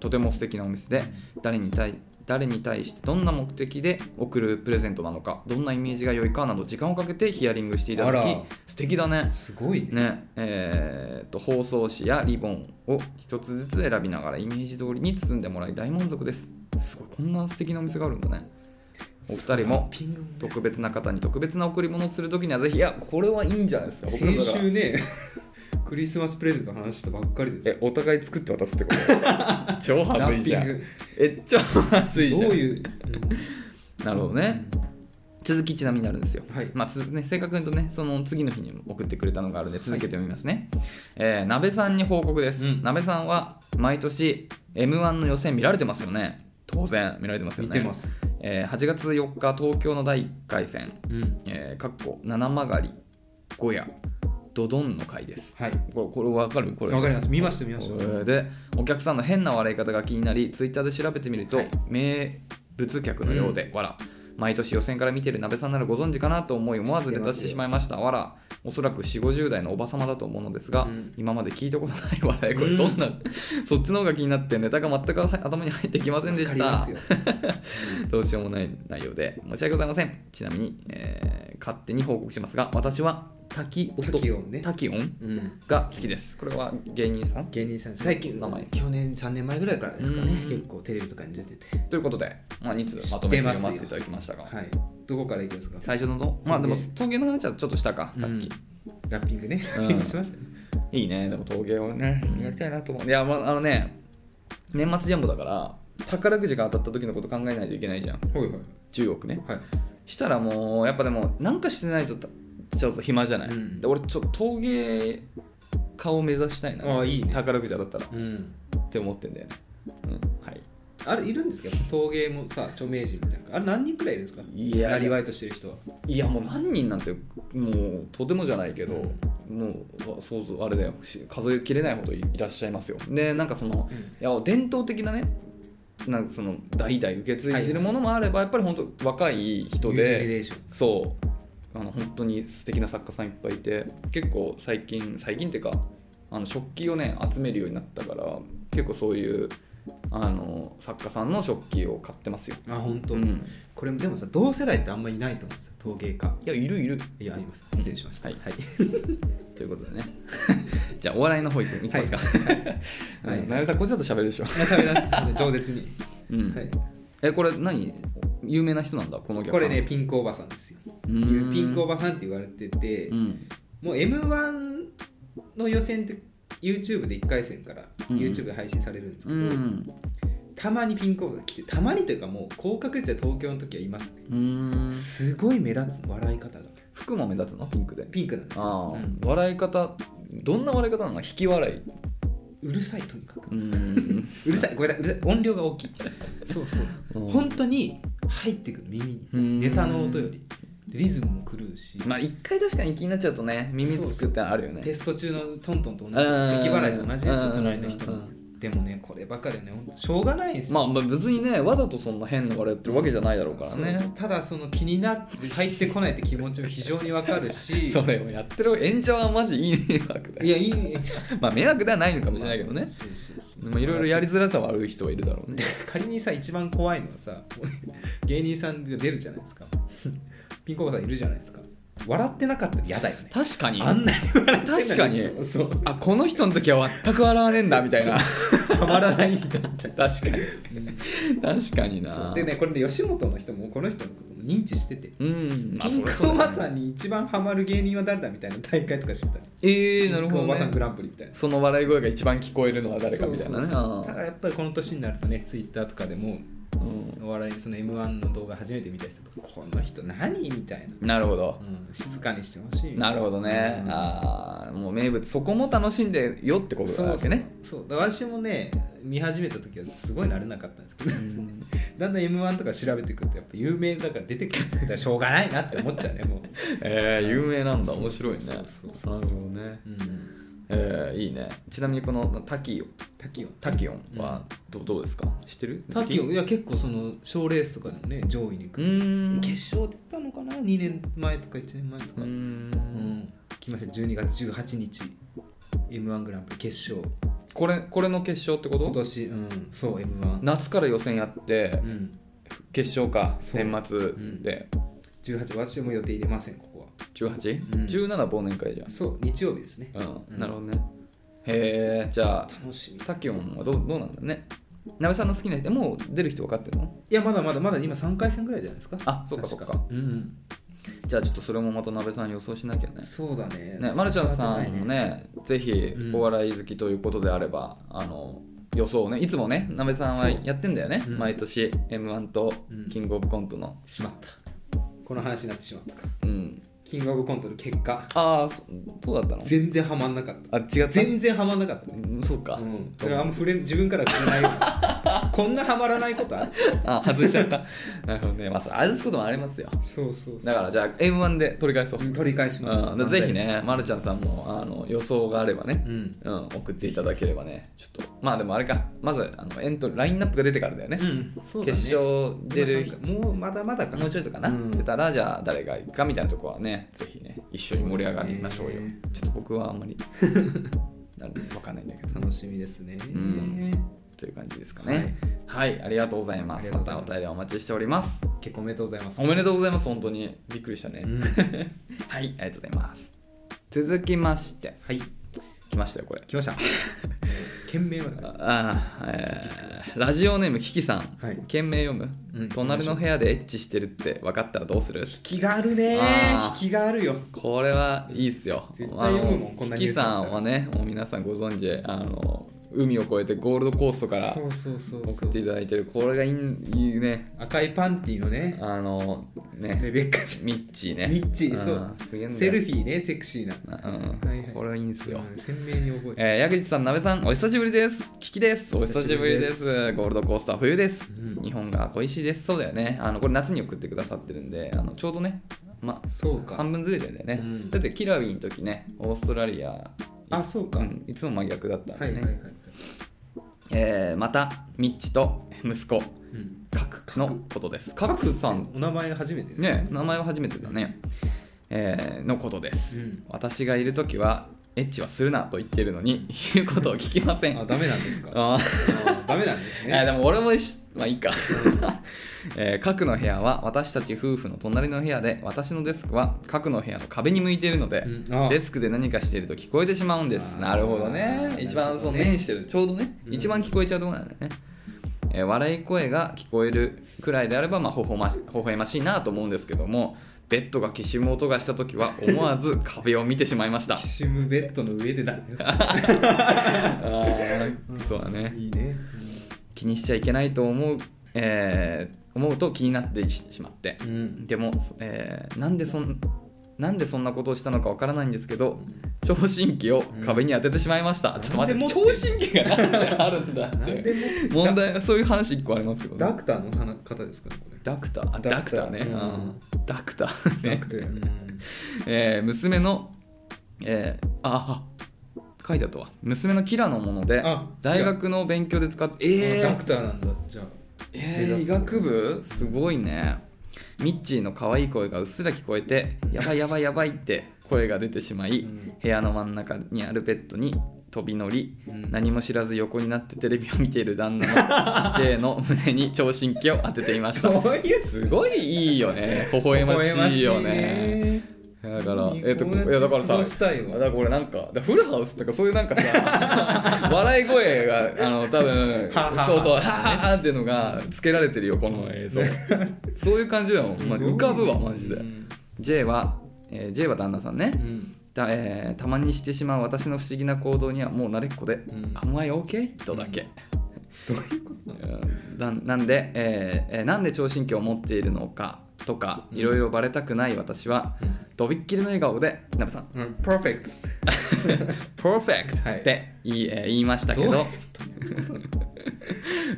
S2: とても素敵なお店で誰に対誰に対してどんな目的で送るプレゼントなのかどんなイメージが良いかなど時間をかけてヒアリングしていただ
S1: あ
S2: き
S1: ら
S2: 素敵だね
S1: すごいね
S2: ねえー、と包装紙やリボンを一つずつ選びながらイメージ通りに包んでもらい大満足ですすごいこんな素敵なお店があるんだねお二人も
S1: ピングも
S2: 特別な方に特別な贈り物をするときにはぜひいやこれはいいんじゃないですか僕ら
S1: 先
S2: が
S1: 週ね (laughs) クリスマスプレゼントの話したばっかりです
S2: えお互い作って渡すって
S1: (laughs)
S2: こと超
S1: ラ
S2: はずい
S1: ッ
S2: じ
S1: ピ
S2: ゃ
S1: ン
S2: ん
S1: グ
S2: え超はずいじゃ
S1: ど
S2: ん
S1: ういう
S2: なるほどね続きちなみにあるんですよ
S1: はい
S2: まあ続くね、正確に言うとねその次の日に送ってくれたのがあるので続けてみますね、えー、鍋さんに報告です、
S1: うん
S2: 鍋さんは毎年 m 1の予選見られてますよね当然見られてますよね
S1: 見てます
S2: えー8月4日東京の第1回戦、
S1: うん
S2: えー、かっこ七曲り小屋ドドンの回です
S1: はい
S2: これこれ分かるこれ
S1: わかります見ました見ました
S2: えーでお客さんの変な笑い方が気になりツイッターで調べてみると、名物客のようで、わら毎年予選から見てる鍋さんならご存知かなと思い思わず出たしてしまいましたわらおそらく4 5 0代のおばさまだと思うのですが、
S1: うん
S2: 今まで聞いたことない笑いこれどんな、 (laughs) そっちの方が気になってネタが全く頭に入ってきませんでし
S1: わ
S2: た
S1: かりま
S2: どうしようもない内容で申し訳ございませんちなみに、えー勝手に報告しますが私は滝音
S1: 滝音ね
S2: 滝音
S1: すようん
S2: が好きですこれは芸人さん
S1: 芸人さん最近
S2: 名前
S1: 去年3年前ぐらいからですかね
S2: うん
S1: 結構テレビとかに出てて
S2: ということで、まあ、2通まとめて読ませていただきましたが、
S1: はいどこからいきますか
S2: 最初のどまあでも
S1: ね
S2: 陶芸の話はちょっとしたか、さっき。
S1: ラッピングね
S2: うん
S1: ラッピング (laughs) しましたね
S2: いいね、でも陶芸をね、やりたいなと思う。いや、まあ、あのね、年末ジャンボだから、宝くじが当たった時のこと考えないといけないじゃん、
S1: はいはい
S2: 10億ね。
S1: はい
S2: したらもう、やっぱでも、なんかしてないとた、ちょっと暇じゃない。
S1: うん
S2: で俺、ちょっと陶芸家を目指したいな、
S1: ああいいね
S2: 宝くじ当たったら、
S1: うん
S2: って思ってんだよね。うん、はい。
S1: あれいるんですけど陶芸もさ著名人みたいなあれ何人くらいいるんですか
S2: いや
S1: なりわいとしてる人はい
S2: やもう何人なんてもうとてもじゃないけど、もう想像あれだよし数えきれないほどいらっしゃいますよでなんかその、
S1: うん
S2: いや伝統的なねなんかその代々受け継いでるものもあれば、やっぱり本当若い人
S1: ニュージェネレ
S2: で
S1: ーション
S2: そうあの本当に素敵な作家さんいっぱいいて結構最近最近っていうかあの食器をね集めるようになったから結構そういうあの作家さんの食器を買ってますよ。
S1: あ本当、
S2: うん、
S1: これでもさ同世代ってあんまりいないと思うんですよ陶芸家
S2: いやいるいる
S1: いやあります失礼しました、
S2: はい (laughs)
S1: はい
S2: ということでね (laughs) じゃあお笑いの方いくいきますか、
S1: は
S2: はいい、なゆさんこっちだと喋るでしょ、
S1: まあ、 (laughs) 喋らせて饒舌に、
S2: うん
S1: はい、
S2: えこれ何有名な人なんだこのお客
S1: こ
S2: さん
S1: れねピンクおばさんですよ
S2: うーん
S1: ピンクおばさんって言われてて、
S2: うん
S1: もう m 1の予選って YouTube で1回戦から
S2: うん
S1: YouTube で配信されるんですけ
S2: う
S1: ど、
S2: ん
S1: たまにピンクおばさん来てたまにというかもう高確率で東京の時はいますね
S2: うーん
S1: すごい目立つの笑い方が
S2: 服も目立つのピンクで
S1: ピンクなんです
S2: あ
S1: よ、
S2: あ、
S1: うん
S2: 笑い方どんな笑い方なの引き笑いう
S1: るさいとにかく
S2: うーん
S1: うるさいごめんなさいうるさい音量が大きいそうそう
S2: うん
S1: 本当に入ってくる耳
S2: うん
S1: にネタの音よりでリズムも狂うし、
S2: まあ一回確かに気になっちゃうとね耳つくってあるよね
S1: テスト中のトントンと同じ
S2: うん
S1: 咳払いと同じです
S2: う
S1: よ
S2: ん
S1: 隣の人に
S2: うん
S1: でもねこればかりはねほんとしょうがないんですよ、
S2: まあまあ別にねわざとそんな変な笑いやってるわけじゃないだろうからね
S1: そうただその気になって入ってこないって気持ちも非常にわかるし
S2: (laughs) それをやってる演者はマジいい迷惑だ
S1: い
S2: よ
S1: やいい
S2: (laughs) まあ迷惑ではないのかもしれないけどね
S1: そうそうそう
S2: まあいろいろやりづらさはある人はいるだろうね
S1: (laughs) 仮にさ一番怖いのはさ (laughs) 俺芸人さんが出るじゃないですか (laughs) ピンコバさんいるじゃないですか笑ってなかったら嫌だよね
S2: 確かに
S1: あんなに笑ってない
S2: 確かに
S1: そうそう
S2: あこの人の時は全く笑わねえんだみた
S1: (laughs)
S2: いな
S1: たまらないんだって
S2: 確かに確かに
S1: そ
S2: な
S1: うでねこれね吉本の人もこの人のことも認知してて
S2: うんまあ
S1: ピ
S2: そ
S1: ン
S2: れ
S1: クおばさんに一番ハマる芸人は誰だみたいな大会とかしてたの
S2: ええなる
S1: ピンク
S2: ほ
S1: おばさ
S2: ど、
S1: んグ
S2: ね、
S1: ランプリみたいな
S2: その笑い声が一番聞こえるのは誰かみたいなね
S1: そうそうそうただやっぱりこの年になるとねツイッターとかでも
S2: あーう
S1: お笑いその m 1の動画初めて見た人とかこの人何みたいな、
S2: んなるほど
S1: うん、静かにしてほしいみたい
S2: なるほどね、
S1: うん
S2: ああもう名物そこも楽しんでよってこと
S1: そうそ
S2: だわ
S1: う
S2: けね
S1: そうだから私もね見始めた時はすごい慣れなかったんですけど (laughs) だんだん m 1とか調べてくるとやっぱ有名だから出てくるんですよだからしょうがないなって思っちゃうねもう、
S2: ええ有名なんだ面白いね
S1: そうそうそ
S2: なるほどね
S1: うん、
S2: ええいいねちなみにこのタキオ
S1: タキオン
S2: タキオンはどどうですか知ってる
S1: タキオン
S2: 好
S1: い
S2: き
S1: や結構その賞レースとかでもね上位に
S2: う
S1: 来る
S2: ーん
S1: 決勝出たのかな2年前とか1年前と
S2: う
S1: か
S2: ー
S1: うんん来ました12月18日 m 1グランプリ決勝
S2: これこれの決勝ってこ
S1: 今
S2: と
S1: 年うんそう m 1
S2: 夏から予選やって
S1: うん
S2: 決勝か
S1: そう
S2: 年末で
S1: 18私も予定入れませんここは
S2: 18?17
S1: うん
S2: 忘年会じゃ
S1: そう日曜日ですね
S2: んう
S1: うんん
S2: なるほどねへえじゃあ
S1: 楽しみ
S2: タキオンはどうどうなんだろうねなべさんの好きな人もう出る人分かってるの
S1: いやまだまだまだ今3回戦ぐらいじゃないですか
S2: あそうかそう
S1: 確
S2: か
S1: うん
S2: じゃあちょっとそれもまたなべさん予想しなきゃね
S1: そうだね
S2: ねまるちゃんさんもねぜひ
S1: うん
S2: お笑い好きということであればあの予想をねいつもねなべさんは
S1: そう
S2: やってんだよね
S1: うん
S2: 毎年 m 1と
S1: うん
S2: キングオブコントの
S1: しまったこの話になってしまったか
S2: うん
S1: キングオブコントの結果
S2: ああそそうだったの
S1: 全然ハマんなかった
S2: あ違った
S1: 全然ハマんなかった
S2: うんそうか、
S1: うん、だからあんま触れ自分からは触れないよ
S2: (laughs)
S1: うにこんなハマらないことある
S2: あ外しちゃった (laughs) なるほどねまあそれ外すこともありますよ
S1: そうそう
S2: だからじゃあ m 1で取り返そう、
S1: うん取り返します
S2: うん、ぜひね、ま、るちゃんさんもあの予想があればね
S1: う、ん、
S2: うん送っていただければねちょっとまあでもあれかまずあのエントリーラインナップが出てからだよね,、
S1: うん、そうだね
S2: 決勝出る
S1: 今参加もうまだまだかな
S2: もうちょいとかな、
S1: うん
S2: 出たらじゃあ誰が行くかみたいなとこはねぜひね一緒に盛り上がりましょうよ
S1: そうですね
S2: ちょっと僕はあんまり (laughs) なんでわかんないんだけど
S1: 楽しみですね、
S2: んという感じですかねはい、ありがとうございま
S1: あ
S2: す
S1: りがと
S2: ま
S1: うござい
S2: た
S1: ます
S2: お便りお待ちしております
S1: 結構おめでとうございます
S2: おめでとうございます本当にびっくりしたね、 (laughs)
S1: うん
S2: はいありがとうございます続きまして
S1: はい
S2: 来ましたよこれ
S1: 来ま
S2: (laughs)
S1: した件名はね
S2: ああ、えーラジオネームキキさん、
S1: はい
S2: 件名読む、
S1: うん
S2: 隣の部屋でエッチしてるって分かったらどうする
S1: 引きがあるね
S2: あー
S1: 引きがあるよ
S2: これはいいっすよ
S1: 絶対読むもん
S2: あの
S1: こんなニュ
S2: キ
S1: ース
S2: キさんはねもう皆さんご存知あの海を越えてゴールドコーストから
S1: そうそうそうそ
S2: 送っていうただいてるこれがいいいいね
S1: 赤いパンティのね
S2: あの
S1: レ
S2: ね
S1: ベッカち
S2: ミッチーね
S1: ミッチーそうん
S2: すげえ
S1: ゃ
S2: ん
S1: ん
S2: だ
S1: セ
S2: よ
S1: ルフィーねセクシーな
S2: うん
S1: はいはい
S2: これはいいんすよ、
S1: うん鮮明に覚えて
S2: えー、矢口さん、鍋さん、お久しぶりです。キキです。お久しぶりです。
S1: お久しぶりです
S2: ゴールドコースター、冬です、
S1: うん
S2: 日本が恋しいです。そうだよね。あのこれ、夏に送ってくださってるんで、あのちょうどね、ま、
S1: そうか
S2: 半分ずれてんだよね、
S1: うん
S2: だって、キラビーの時ね、オーストラリア、
S1: あそうか、
S2: うんいつも真逆だったん
S1: は
S2: で
S1: い
S2: ね。
S1: はいはい、
S2: えーまた、ミッチと息子、
S1: うん、
S2: カクのことです。カクさん
S1: お名前初めてです
S2: ね名前は初めてだね、えーのことです、
S1: うん
S2: 私がいる時はエッチはするなと言ってるのに言うことを聞きません
S1: あダメなんですか
S2: あー
S1: あダメなんです
S2: い (laughs) や
S1: ね
S2: でも俺も一緒まあいいか、 (laughs) えー、核の部屋は私たち夫婦の隣の部屋で私のデスクは核の部屋の壁に向いているので、
S1: うんあー
S2: デスクで何かしていると聞こえてしまうんです
S1: あー
S2: なるほど
S1: なる
S2: ね
S1: ほどね
S2: 一番その面してるちょうどね、
S1: うん
S2: 一番聞こえちゃうところなんだよね、えー笑い声が聞こえるくらいであればまあ微笑まし微笑ましいなと思うんですけどもベッドがきしむ音がした時は思
S1: (laughs)
S2: わず壁を見てしまいましたあ
S1: キシムベッドの上でだよ
S2: (laughs) ーそうだね
S1: いいね、
S2: 気にしちゃいけないと思う、えー思うと気になってししまって
S1: う、ん、
S2: でも、えーなんでそんなんでそんなことをしたのかわからないんですけど聴診器を壁に当ててしまいました、ちょっと待って
S1: なんで持
S2: 聴
S1: って
S2: 診器がなんであるんだっ
S1: なんで
S2: て
S1: も
S2: 問題はそういう話一個ありますけどね、
S1: ダクターの話方ですかねこれ
S2: ダクターあダ
S1: ダ
S2: ク
S1: ク
S2: タ
S1: ター
S2: ーね、
S1: うん
S2: うんダクター
S1: ダ
S2: ね
S1: クター、うん
S2: (laughs) えー娘の、えーああ書いてあったわ娘のキラのもので
S1: あ
S2: 大学の勉強で使って
S1: あ
S2: えー
S1: ダクターなんだじゃあ
S2: え
S1: 目
S2: ー、
S1: 指す
S2: 医学部すごいねミッチーの可愛い声がうっすら聞こえて「やばいやばいやばい」って声が出てしまい、
S1: うん
S2: 部屋の真ん中にあるベッドに飛び乗り、
S1: うん
S2: 何も知らず横になってテレビを見ている
S1: (laughs)
S2: 旦那の J の胸に聴診器を当てていまし
S1: (laughs)
S2: た
S1: どういう
S2: すごいいいよね微笑ましいよねだから、えっと、
S1: こうやって
S2: いやだから
S1: 過
S2: さ、
S1: ごしたいわ
S2: だからこれなんか、だからフルハウスとかそういうなんかさ、 (laughs) 笑い声が、あの、多分
S1: はあはあ
S2: そうそう、はあはあっていうのがつけられてるよ、この映像。そういう感じだもん、まあ、浮かぶわ、マジで
S1: う。ん
S2: J は、えー J は旦那さんね。だえーたまにしてしまう私の不思議な行動にはもう慣れっこで
S1: ん
S2: 「あんまり OK?」とだけ、
S1: どういう
S2: (laughs)
S1: ことなの
S2: ななんで、えーえーなんで聴診器を持っているのかとかいろいろバレたくない私は、とびっきりの笑顔でナブさん
S1: うんパーフェク
S2: 「パーフェクト!」
S1: はい
S2: って言い,、えー言いましたけど
S1: どう
S2: (laughs) い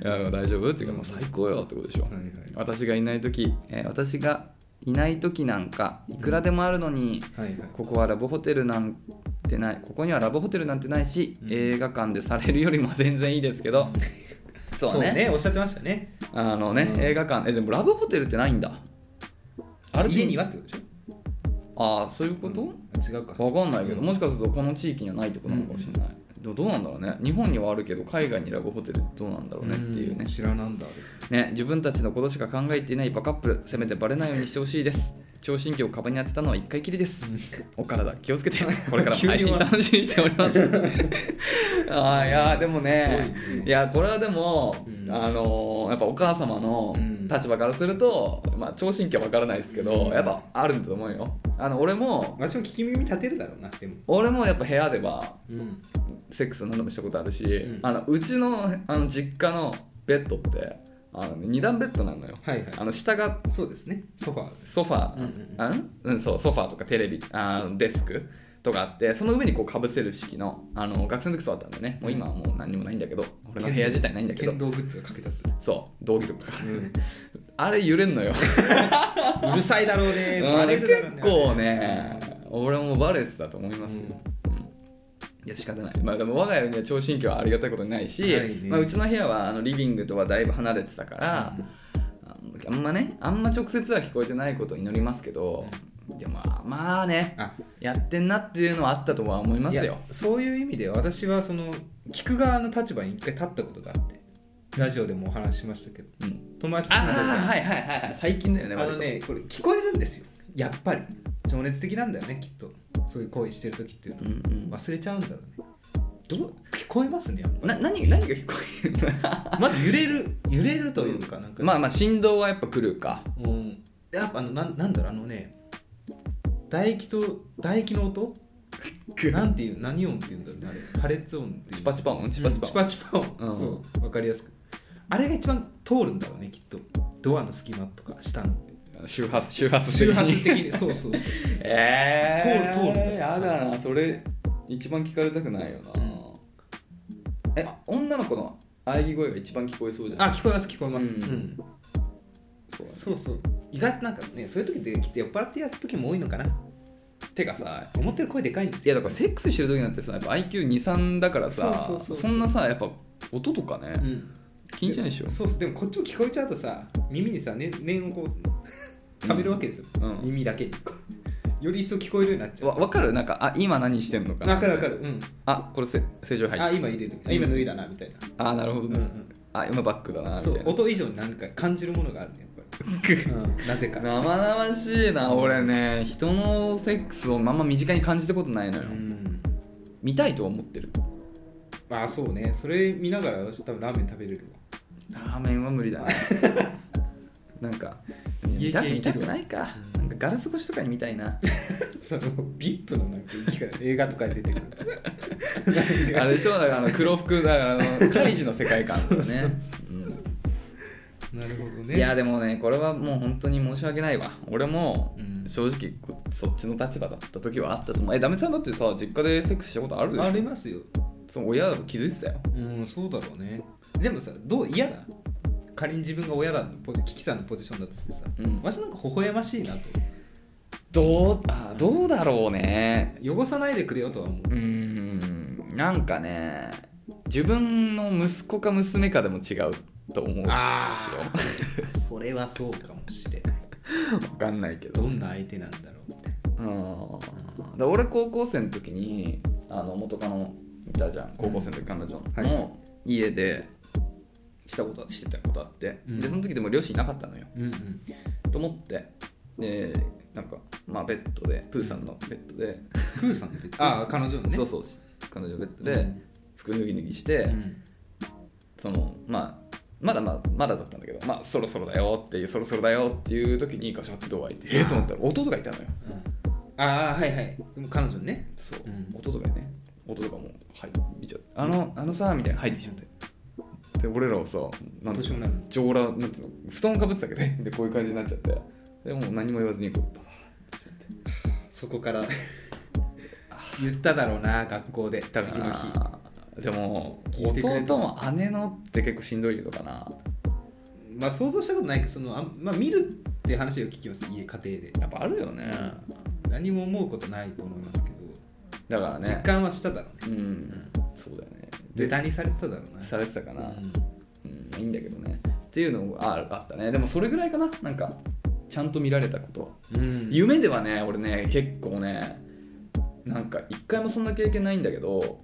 S2: や大丈夫っていうかもう最高よってことでしょ、
S1: トはいはい
S2: 私がいない時、えー私がいない時なんかいくらでもあるのに、
S1: はいはい
S2: ここはラブホテルなんてないここにはラブホテルなんてないし、映画館でされるよりも全然いいですけ (laughs) どそうね
S1: おっしゃってましたね
S2: あのね、
S1: うん
S2: 映画館えでもラブホテルってないんだ
S1: あ
S2: る
S1: 家にはってことでし
S2: ああそういうこ
S1: ょ
S2: と、
S1: うん違うか
S2: わかんないけどもしかするとこの地域にはないってことなのかもしれない、どどうなんだろうね日本にはあるけど海外にラブホテルってどうなんだろうねっていうね
S1: ん知らなんだですね
S2: ね自分たちのことしか考えていないバカップルせめてバレないようにしてほしいです聴診器を壁に当てたのは1回きりです、お体気をつ
S1: (laughs)
S2: けてこれからも配信楽しみにしておりますあーいやーでもね
S1: すごいね
S2: いやこれはでも、
S1: うん
S2: あのーやっぱお母様の
S1: うん
S2: 立場からすると、まあ、聴診器は分からないですけど、やっぱあるんだと思うよあの俺も
S1: 私も聞き耳立てるだろうなでも
S2: 俺もやっぱ部屋では
S1: うん
S2: セックス何度もしたことあるし、
S1: うん
S2: あのうちのあの実家のベッドってあの、2段ベッドなのよ
S1: はいはい
S2: あの下が
S1: そうですねソファー
S2: ソファー、
S1: うんうんうん
S2: あんうんそうソファーとかテレビあーデスクとかあってその上にこうかぶせる式のあの学生の時そうだったんだよねもう今はもう何にもないんだけど俺の部屋自体ないんだけど
S1: 剣道グッズがかけたって
S2: そう道着とか
S1: う
S2: (laughs) あれ揺れんのよ
S1: るさいだろう
S2: (laughs)
S1: ね
S2: あ
S1: バ
S2: れ
S1: レるだろう
S2: 結構ね俺もバレてたと思いますよ、うんいや仕方ない、まあ、でも我が家には聴診器はありがたいことにないし
S1: ないね
S2: まあ、うちの部屋はあのリビングとはだいぶ離れてたから、あんまねあんま直接は聞こえてないことを祈りますけど、でもまあまあね
S1: あ
S2: やってんなっていうのはあったとは思います
S1: い
S2: よ
S1: やそういう意味で私はその聞く側の立場に一回立ったことがあってラジオでもお話ししましたけど
S2: うん、
S1: 友達
S2: あ
S1: と住ん
S2: あ
S1: でた
S2: はいはいはいはい最近だよね
S1: あのねこれ聞こえるんですよやっぱり情熱的なんだよねきっとそういう恋してる時っていうの
S2: 割
S1: は、
S2: とうんうん
S1: 忘れちゃうんだろうねどう聞こえますねやっぱ
S2: な何何が聞こえるんだ
S1: まず揺れる揺れるというかなんか、
S2: (laughs) まあまあ振動はやっぱ来るか
S1: うんやっぱあのなんなんだろうあのね唾液と唾液の音なんていう何音っていうんだろうねあれ破裂音っていう
S2: チパチパ音チパチパ
S1: チパチパ音、
S2: うん
S1: そう分かりやすくあれが一番通るんだろうねきっとドアの隙間とか下の
S2: 周波数周波数
S1: 周波数的
S2: (laughs)
S1: にそうそうそう
S2: え
S1: 通る通る
S2: やだなそれ一番聞かれたくないよな、え女の子の喘ぎ声が一番聞こえそうじゃない
S1: あ聞こえます聞こえます、
S2: うん
S1: うん
S2: そうだね
S1: そうそう意外となんかねそういう時できっと酔っ払ってやる時も多いのかな
S2: てかさ
S1: 思ってる声でかいんです
S2: いや
S1: よ
S2: だからセックスしてる時なんてさやっぱ IQ23 だからさ
S1: そうそうそうそうん
S2: なさやっぱ音とかね、
S1: うん
S2: 気にしないでしょ
S1: そうそうでもこっちも聞こえちゃうとさ耳にさ念、念をこう溜めるわけですよ、
S2: うん
S1: 耳だけにこうより一層聞こえるようになっちゃう
S2: わ分かるなんかあ今何してんのかな
S1: わかるわかるうん、
S2: あこれせ正常
S1: あ
S2: 入って
S1: 今入れるあ今脱いだなみたいな、
S2: あなるほど
S1: うん
S2: ね、あ今バックだ
S1: う
S2: な
S1: ん、
S2: み
S1: そ
S2: た
S1: う
S2: いな
S1: 音以上に何か感じるものがあるねやっぱり、
S2: (laughs)
S1: うんなぜか
S2: 生々しいな俺ね人のセックスをあんま身近に感じたことないの
S1: う
S2: よ、
S1: ん
S2: 見たいとは思ってる
S1: まあそうねそれ見ながら私多分ラーメン食べれるわ (laughs)
S2: ラーメンは無理だ (laughs) ねなんか
S1: 家
S2: 見た
S1: 系い
S2: 見
S1: け
S2: た
S1: るわ
S2: くないかなんかガラス越しとかに見たいな
S1: その VIP のなんか行き方映画とかに出てくる
S2: (laughs) あれでしょだからあの黒服だからあのカイジの世界観だよねう
S1: (laughs)
S2: ん
S1: なるほどね
S2: いやでもねこれはもう本当に申し訳ないわ俺も
S1: うん
S2: 正直こそっちの立場だった時はあったと思うえダメさんだってさ実家でセックスしたことあるでしょ
S1: ありますよ
S2: その親も気づいてたよ
S1: うんそうだろうねでもさどう嫌だ仮に自分が親だのポジキキさんのポジションだとしてさ、
S2: うん
S1: わしなんか微笑ましいなと
S2: どうあどうだろうね
S1: 汚さないでくれよとは思う
S2: うーんなんかね自分の息子か娘かでも違うと思うし
S1: あそれはそうかもしれない
S2: 分かんないけど
S1: どんな相手なんだろうみたい
S2: うんで俺高校生の時にあの元カノいたじゃん高校生の時彼女の家でしたことあしてたことあって、
S1: うん
S2: でその時でも両親いなかったのよ
S1: なうんうん
S2: と思ってでなんかまあベッドでプーさんのベッドで、
S1: クーさんってああ彼女のね
S2: そうそう彼女のベッド
S1: う
S2: で
S1: ん
S2: 服脱ぎ脱ぎして、
S1: うん
S2: そのまあまだまだまだだったんだけど、まあ、そろそろだよっていうそろそろだよっていう時にガシャってドア開いてえっと思ったら弟がいたのよ
S1: うん、ああはいはいでも彼女のね
S2: そう、
S1: うん
S2: 弟がね弟がもうはい見ちゃうあのあのさみたいな入ってきちゃってで俺らはさなん
S1: どう
S2: てい
S1: し
S2: う
S1: ようもない
S2: の上裸なんていうの布団かぶってたけどねでこういう感じになっちゃってでもう何も言わずにこうババ
S1: そこから (laughs) 言っただろうな学校で
S2: だ
S1: 次
S2: から
S1: の日
S2: でも
S1: 聞いてくれた
S2: 弟も姉のって結構しんどいのかな
S1: まあ想像したことないけどそのあん、まあ、見るって話を聞きます家家庭で、
S2: やっぱあるよね、
S1: 何も思うことないと思いますけど、
S2: だからね
S1: 実感はしただろうね
S2: うん、そうだよね
S1: 絶対にされてただろうな
S2: されてたかな、
S1: うん
S2: うん、まあいいんだけどねっていうのがああったねでもそれぐらいかななんかちゃんと見られたことは、
S1: うん
S2: 夢ではね俺ね結構ねなんか一回もそんな経験ないんだけど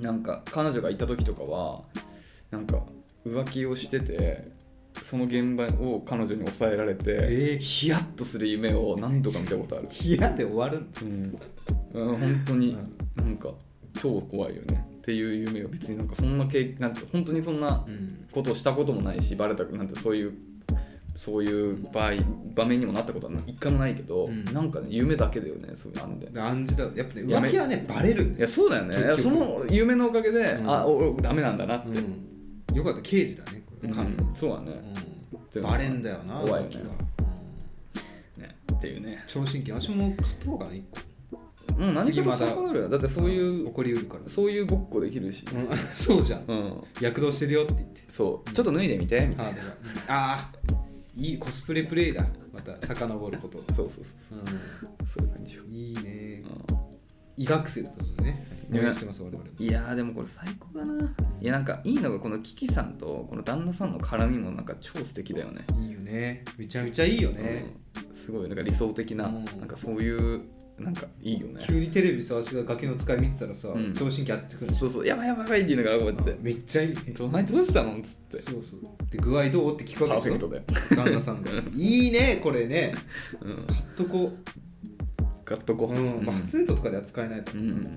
S2: なんか彼女がいた時とかはなんか浮気をしててその現場を彼女に抑えられて、
S1: えー
S2: ヒヤッとする夢を何度か見たことある
S1: 嫌で終わる
S2: うん、うん本当に
S1: うん
S2: なんか超怖いよねっていう夢を別になんかそんな経験なんて本当にそんな
S1: うん
S2: ことをしたこともないしバレたくなんてそういうそういう場合場面にもなったことは一回もないけど、
S1: うん
S2: なんかね夢だけだよねそういうなんで。
S1: 暗示だやっぱね
S2: やめ
S1: 浮気はねバレるん
S2: い
S1: で
S2: や
S1: す
S2: そうだよねいや
S1: 結
S2: そ
S1: 局
S2: の夢のおかげで、
S1: うん
S2: あおおダメなんだなって、
S1: うんよかった刑事だねこ
S2: う
S1: れ
S2: ん
S1: 彼女
S2: そうだね,、
S1: うんバレんだよな
S2: 怖いよ
S1: 浮気
S2: ね
S1: は
S2: ねっていうね
S1: 聴診器私も勝とうかな一
S2: もう何
S1: 次
S2: かと
S1: まだ
S2: 考えるよだってそうい
S1: 個
S2: う
S1: 怒りうるから
S2: そういうごっこできるし、
S1: うん (laughs) そうじゃん
S2: うん、
S1: 躍動してるよって言って
S2: そうちょっと脱いでみてみたいな
S1: ハードがああいいコスプレプレイだまた遡ること、
S2: そうそうそう
S1: う
S2: そういう感じよ。
S1: ん、いいね
S2: う
S1: 医学生ってことでね
S2: ね
S1: 応援してます我々
S2: んいやーでもこれ最高だな。いやなんかいいのがこのキキさんとこの旦那さんの絡みもなんか超素敵だよね。
S1: いいよねめちゃめちゃいいよね、
S2: うんすごいなんか理想的な、
S1: うん
S2: なんかそういうなんかいいよね。
S1: 急にテレビさ私が崖の使い見てたらさ、
S2: うん
S1: 聴診器当ててくるんでし
S2: そうそうやばいやばいやばいっていうのがこうや
S1: ょ
S2: って。
S1: めっちゃいいね
S2: どないどうしたのっつって。
S1: そうそうで具合どうって聞く
S2: パ
S1: わ
S2: ー
S1: け
S2: フ
S1: で
S2: ェク
S1: し
S2: ト
S1: ょ
S2: だよ。
S1: 旦那さんがいいねこれね
S2: う
S1: 買
S2: ん。
S1: っとこ
S2: ガッとこ
S1: う、うん、マツートとかでは使えないと
S2: う
S1: 思う、
S2: ん。
S1: うん、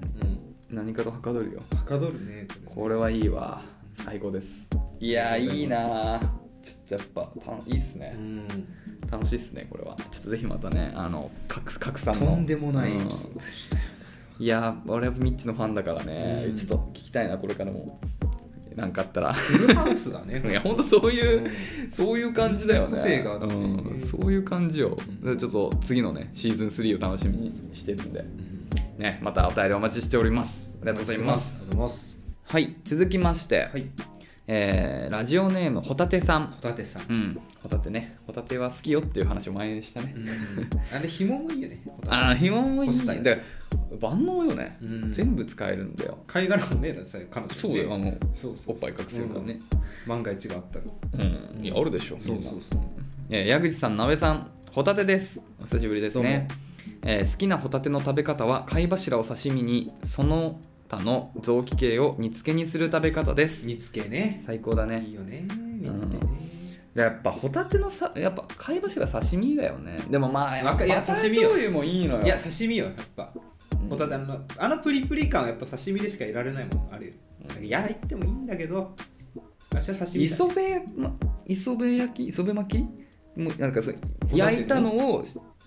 S2: 何かとはかどるよ。
S1: はかどるねこ
S2: これはいいわ。最高です。いやーいいなー。ちょっとやっぱたいいっすね。
S1: れ、うん
S2: 楽しいっすねこれはちょっとぜひまたねあの拡拡散
S1: と
S2: の
S1: んでもないエ
S2: うん
S1: ピソードでしたよ。
S2: いやー俺はミッチのファンだからね、
S1: うん
S2: ちょっと聞きたいなこれからもなんかあったら
S1: フルハウスだね
S2: いや本当そういう、
S1: うん
S2: そういう感じだよね
S1: 個性があって
S2: うん、そういう感じよ、
S1: うん
S2: ちょっと次のねシーズン3を楽しみにしてるんでねまたお便りお待ちしておりますありがとうございます
S1: ありがとうございます
S2: はい続きまして、
S1: はい
S2: えーラジオネームホタテさん
S1: ホタテさん
S2: うんホタテねホタテは好きよっていう話を前にしたね、
S1: あれ紐もいいよね
S2: ああ紐もいい
S1: 干した
S2: ね
S1: やつ
S2: だから万能よね、
S1: うん
S2: 全部使えるんだよ
S1: 貝殻もねえだってさ彼女ね
S2: そうだよあの
S1: そう
S2: お
S1: そう
S2: っ
S1: そう
S2: ぱい隠せるからね
S1: 万が一があったら
S2: うん、いやあるでしょ
S1: そうそうそう
S2: えー矢口さん、鍋さん、ホタテです。お久しぶりですね。えー好きなホタテの食べ方は貝柱を刺身に、その他の臓器系を煮付けにする食べ方です。
S1: 煮付けね
S2: 最高だ
S1: い
S2: ね。
S1: いよね煮付けね
S2: やっぱホタテのさ、やっぱ貝柱刺身だよね。でもまあ、や
S1: わ
S2: っぱ
S1: かいや
S2: バター
S1: 刺身よ
S2: 醤油もいいのよ。
S1: いや刺身よやっぱ
S2: うん
S1: ホタテあのあのプリプリ感はやっぱ刺身でしかいられないもんあるよなんか焼いてもいいんだけど私は刺身だ
S2: 磯辺や、ま、磯辺焼き、磯辺巻きもうなんかそう
S1: の
S2: 焼いたのを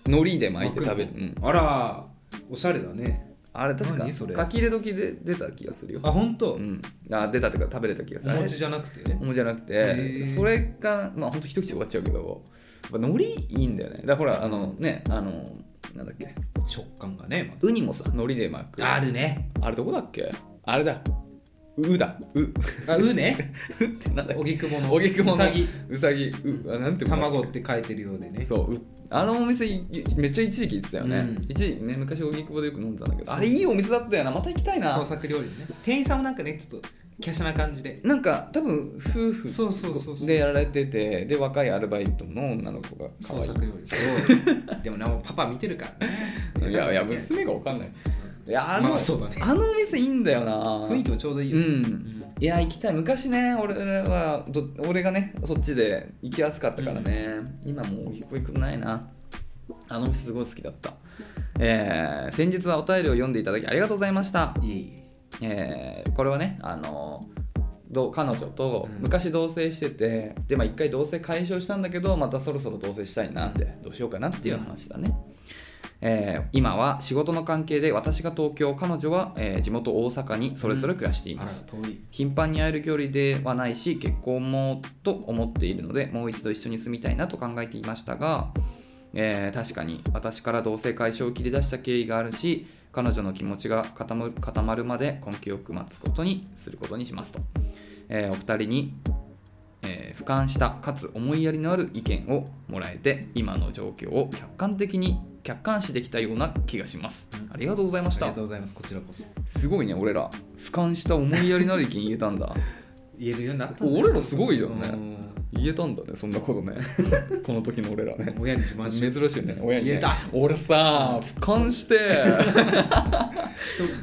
S2: 海苔で巻いて食べる。うん
S1: あらおしゃれだね
S2: あれ確か
S1: 何それ
S2: 書き入れ時で出た気がするよ。
S1: あ本当
S2: うん、あ出たっていうか食べれた気がす
S1: お
S2: る
S1: 餅じゃなくて
S2: お餅じゃなくて、
S1: ー
S2: それがまあ本当一口で終わっちゃうけどやっぱ海苔いいんだよねだからほらあのねあのなんだっけ
S1: 食感がね
S2: ウニもさ海苔で巻く
S1: るね
S2: あれどこだっけあれだうだう (laughs) う
S1: あう (laughs) ね
S2: ってなんだっけ
S1: 荻窪の
S2: おぎくも
S1: う
S2: の
S1: さぎ
S2: うさぎうあなんて読むん
S1: 卵
S2: だ
S1: って書いてるようでね
S2: そううあのお店いめっちゃ一時期行ってたよね、
S1: うん
S2: 一時期ね昔荻窪でよく飲んでたんだけど
S1: そう
S2: あれいいお店だったよなまた行きたいな
S1: 創作料理ね店員さんもなんかねちょっと華奢な感じで
S2: なんか多分夫婦
S1: そうそうそうそう
S2: でやられててで若いアルバイトの女の子が可
S1: 創
S2: 愛い
S1: 作料理そうでもなもうパパ見てるからね
S2: いやいや
S1: 多分ね
S2: 娘がわかんないいやあの、
S1: まあそうだね
S2: あのお店いいんだよな
S1: 雰囲気もちょうどいいよ
S2: う
S1: ね
S2: んいや行きたい昔ね俺はど俺がねそっちで行きやすかったからね、今もう行く行くないなあの店すごい好きだったえー先日はお便りを読んでいただきありがとうございました
S1: いえいえ
S2: えーこれはねあのど彼女と
S1: うん
S2: 昔同棲してて、でまあ一回同棲解消したんだけどまたそろそろ同棲したいなって、どうしようかなっていう話だね、えー今は仕事の関係で私が東京彼女は、えー地元大阪にそれぞれ暮らしてい
S1: あ
S2: ま
S1: ら
S2: す、
S1: 遠い
S2: 頻繁に会える距離ではないし結婚もと思っているのでもう一度一緒に住みたいなと考えていましたが、えー確かに私から同性解消を切り出した経緯があるし彼女の気持ちが固まる固まるまで根気よく待つことにすることにしますと、えーお二人に、えー俯瞰したかつ思いやりのある意見をもらえて今の状況を客観的に客観視できたような気がします
S1: うん
S2: ありがとうございま
S1: あ
S2: し
S1: りが
S2: た
S1: とうございますこちらこそ
S2: すごいね俺ら俯瞰した思いやりのある意見言えたんだ
S1: 言えるようになったんだ
S2: 俺らすごいじゃ
S1: う
S2: んね言えたんだねそんなこと
S1: (laughs)
S2: ねこの時の俺らね
S1: ん親に自慢し
S2: 珍しいよね親にね
S1: 言えた
S2: 俺さ俯瞰して
S1: (laughs)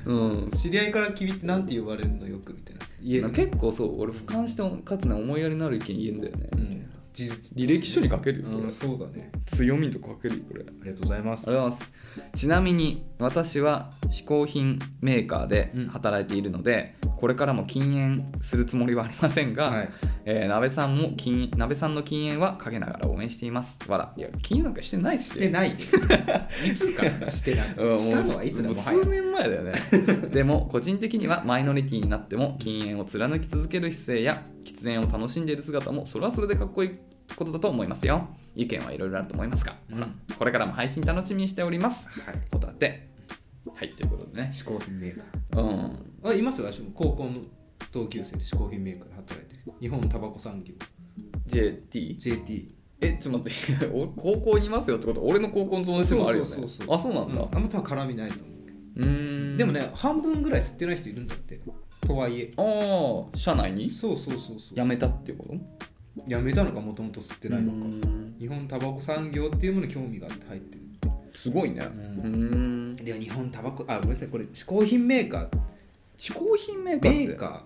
S2: うん
S1: 知り合いから君ってなんて呼ばれるのよくみたいな言える
S2: 結構そう俺俯瞰してかつね思いやりのある意見言えんだよね、
S1: うん事実
S2: 履歴書に書けるよ、こ
S1: う
S2: れ
S1: んそうだね
S2: 強みとか書けるよこれ
S1: ありがとうございます
S2: ありがとうございますちなみに私は嗜好品メーカーで
S1: うん
S2: 働いているので、これからも禁煙するつもりはありませんが、
S1: はい
S2: えー、鍋さんも禁鍋さんの禁煙は陰ながら応援していますわらいや禁煙なんかしてないっす
S1: し
S2: よ
S1: てないですい
S2: (laughs)
S1: つからしてない
S2: うんもう
S1: したのはいつだ
S2: も
S1: も
S2: う
S1: はや
S2: 数年前
S1: (laughs)
S2: だよねでも個人的にはマイノリティになっても禁煙を貫き続ける姿勢や喫煙を楽しんでいる姿もそれはそれでかっこいいことだと思いますよ意見はいろいろあると思いますが、
S1: うん
S2: ほらこれからも配信楽しみにしております
S1: はい
S2: ホタテはいということでね
S1: 嗜好品メーカ
S2: うん
S1: ーあいますよ私も高校の同級生で嗜好品メーカーで働いてる日本タバコ産業
S2: JT
S1: JT
S2: えちょっと待って (laughs) 俺高校にいますよってこと俺の高校の友達でもあるよね
S1: そうそうそう
S2: あそうなんだ
S1: あんま多分絡みないと思うけど
S2: うーん
S1: でもね半分ぐらい吸ってない人いるんだってとはいえ
S2: ああ社内に
S1: そうそうそうそう
S2: 辞めたっていうこと
S1: やめたのかもともと吸ってないのか
S2: うん
S1: 日本タバコ産業っていうものに興味があって入ってる
S2: すごいね
S1: ん
S2: ん
S1: で日本タバコあごめんなさいこれ嗜好品メーカー
S2: 嗜好品メーカ
S1: メ
S2: ーって
S1: ーカー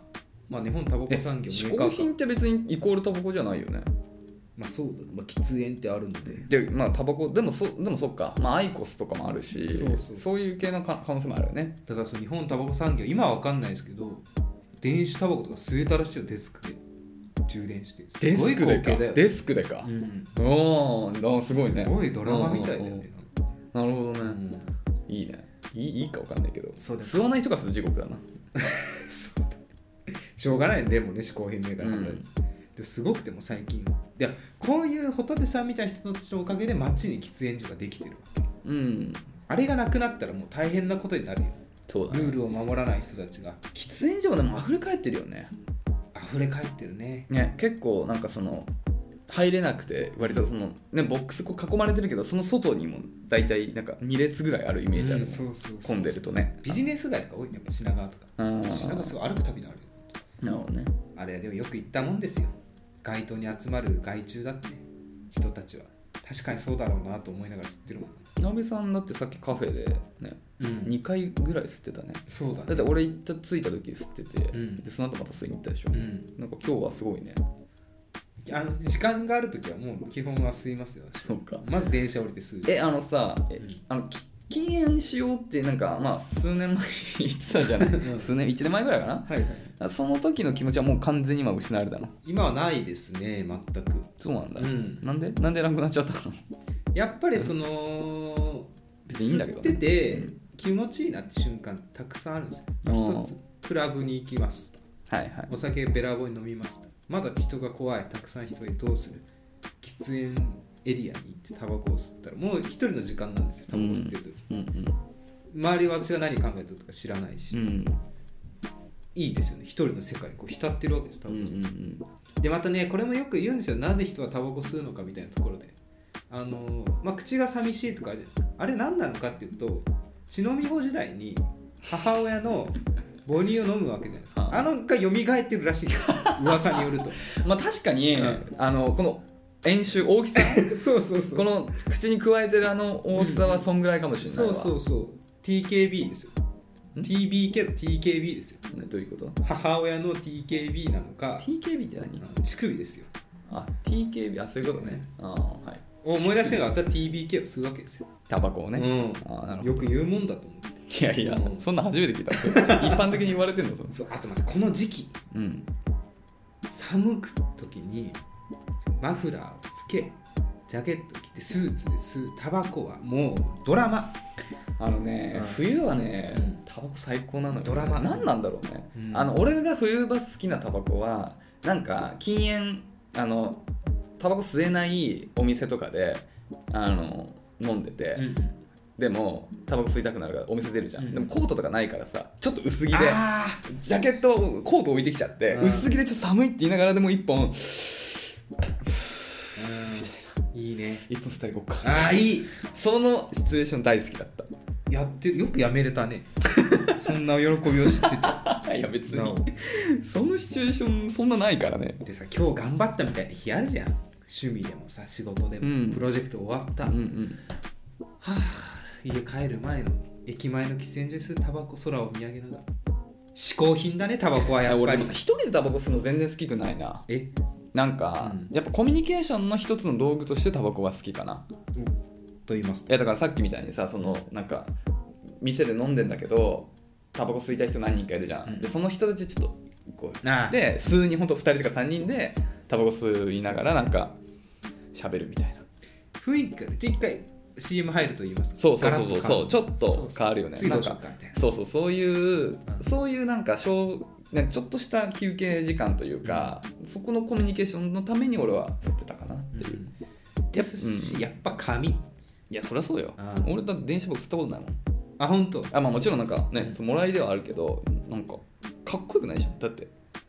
S1: まあ日本タバコ
S2: え
S1: 産業メ
S2: 嗜
S1: ーカーか
S2: 好品って別にイコールタバコじゃないよね
S1: まあそうだ、まあ、喫煙ってあるので
S2: でまあタバコでもそでもそっか、まあ、アイコスとかもあるし
S1: そうそう
S2: いう系のか可能性もあるよね
S1: だからその日本タバコ産業今は分かんないですけど電子タバコとか吸えたらしいよデスクで充電してすごい光景だよ
S2: デスクでか
S1: う、ん
S2: おーあーすごいね
S1: すごいドラマみたいだよね
S2: うんなるほど
S1: う
S2: ね
S1: ん
S2: いいねいいいいか分かんないけど
S1: そうだね
S2: 吸わない人がする地獄だな
S1: しょうがないねでもね嗜好品銘柄なんだやつですごくてもう最近いやこういうホタテさんみたいな人たちのおかげで街に喫煙所ができてるわけ
S2: うん
S1: あれがなくなったらもう大変なことになるよ
S2: そうだね
S1: ルールを守らない人たちが
S2: 喫煙所がでも溢れ返ってるよね
S1: 溢れ返ってるね
S2: ね結構なんかその入れなくて割とその、ね、ボックスこう囲まれてるけどその外にも大体なんか2列ぐらいあるイメージある、
S1: うんそうそうそう
S2: 混んでるとね
S1: ビジネス街とか多いねやっぱ品川とか
S2: あー
S1: 品川すごい歩くたびにあるよ
S2: なるほどね
S1: あれでもよく言ったもんですよ街頭に集まる害虫だって人たちは確かにそうだろうなと思いながら吸ってるもん、
S2: 鍋さんだってさっきカフェでね
S1: うん、
S2: 2回ぐらい吸ってたね
S1: そうだ
S2: だっ
S1: ね
S2: て俺行った着いた時吸ってて、
S1: うん
S2: でその後また吸いに行ったでしょ、
S1: うん
S2: なんか今日はすごいね
S1: あの時間がある時はもう基本は吸いますよ
S2: そうか
S1: まず電車降りて吸うじゃん
S2: えあのさえ
S1: うん
S2: あのき禁煙しようってなんかまあ数年前に言ってたじゃない、
S1: うん
S2: 数年1年前ぐらいかな
S1: はいはい
S2: その時の気持ちはもう完全に今失われたの
S1: 今はないですね全く
S2: そうなんだ、
S1: うん
S2: なんでなんでなくなっちゃったの (laughs)
S1: やっぱりその
S2: 別にいいんだけどね
S1: 吸ってて
S2: うん
S1: 気持ちいいなって瞬間たくさんあるんです
S2: あ
S1: よ
S2: ー
S1: 一つクラブに行きました
S2: はいはい
S1: お酒べらぼうに飲みましたまだ人が怖いたくさん人がいてどうする喫煙エリアに行ってタバコを吸ったらもう一人の時間なんですよタバコ吸ってる時、
S2: うんうん
S1: 周りは私が何考えてるとか知らないし、
S2: うん
S1: いいですよね一人の世界にこう浸ってるわけですタ
S2: う
S1: バ
S2: ん
S1: コ吸って
S2: うん
S1: でまたねこれもよく言うんですよなぜ人はタバコ吸うのかみたいなところであの、まあ、口が寂しいとかあるじゃないですかあれ何なのかっていうと血飲み子時代に母親の母乳を飲むわけじゃないですか
S2: はあ
S1: あのが蘇ってるらしいです噂によると
S2: まあ確かに、
S1: うん
S2: あのこの演習大きさ
S1: (laughs) (laughs) そうそうそう
S2: この口に加えてるあの大きさはそんぐらいかもしれないわ、
S1: そうそうそう TKB ですよ TBK と TKB ですよ
S2: ねどういうこと
S1: 母親の TKB なのか
S2: TKB って何
S1: 乳首ですよ
S2: あ TKB あそういうことねあーはい
S1: を思い出しながら私は TBK を吸うわけですよ、
S2: タバコをね、
S1: う
S2: あーなるほ
S1: ん、
S2: ど
S1: よく言うもんだと思って
S2: いやいや、
S1: うん
S2: そんな初めて聞
S1: (laughs)
S2: いた。それ一般的に言われてんのそれ
S1: そうあとまたこの時期
S2: うん。
S1: 寒く時にマフラーをつけジャケット着てスーツで吸うタバコはもうドラマ
S2: あのね、
S1: うん
S2: 冬はね
S1: うん、
S2: タバコ最高なのよ。
S1: ドラマ
S2: 何なんだろうね。
S1: うん
S2: あの、俺が冬場好きなタバコは、なんか、禁煙、あの、タバコ吸えないお店とかで、あの、飲んでて、でも、タバコ吸いたくなるからお店出るじゃん。
S1: うん
S2: でも、コートとかないからさ、ちょっと薄着で、
S1: あー
S2: ジャケット、コート置いてきちゃって、
S1: うん
S2: 薄着でちょっと寒いって言いながらでも一本、
S1: うんいいね
S2: 一本吸ったりこっか。
S1: ああいい
S2: そのシチュエーション大好き
S1: (laughs)
S2: だった。
S1: やってるよくやめれた
S2: (laughs)
S1: ねそんな喜びを知って
S2: いや別
S1: な
S2: にそのシチュエーションそんなないからね
S1: てでさ今日頑張ったみたいな日あるじゃん趣味でもさ仕事でも、
S2: うん
S1: プロジェクト終わった、
S2: うんうん
S1: 家帰る前の駅前の喫煙所に吸うタバコ空を見上げながら嗜好品だねタバコはやっぱ
S2: 俺
S1: り
S2: もさ一人でタバコ吸うの全然好きくないな
S1: え
S2: なんか、
S1: うん
S2: やっぱコミュニケーションの一つの道具としてタバコは好きかな
S1: と言いますと
S2: いやだからさっきみたいにさそのなんか店で飲んでんだけどタバコ吸いたい人何人かいるじゃん、
S1: うん
S2: でその人たちちょっとこう
S1: ああ
S2: で数人ほんと2人とか3人でタバコ吸いながらなんか喋るみたいな
S1: 雰囲気から一回 CM 入ると言いますか
S2: そうそうそうそうそうちょっ
S1: そう
S2: と
S1: そう
S2: 変わるよね
S1: 次
S2: な
S1: ど
S2: ん
S1: うしよ
S2: か
S1: うかみたいな
S2: そうそうそういう、
S1: ん
S2: そういうなんか小ねちょっとした休憩時間というか、そこのコミュニケーションのために俺は吸ってたかなっていう、い
S1: ですし、やっぱ紙
S2: やそりゃそうよ、
S1: うん
S2: 俺だって電子ボックス吸ったことないもん
S1: あ本当
S2: あまあもちろんなんかね、そうもらいではあるけどなんかかっこよくないじゃんだって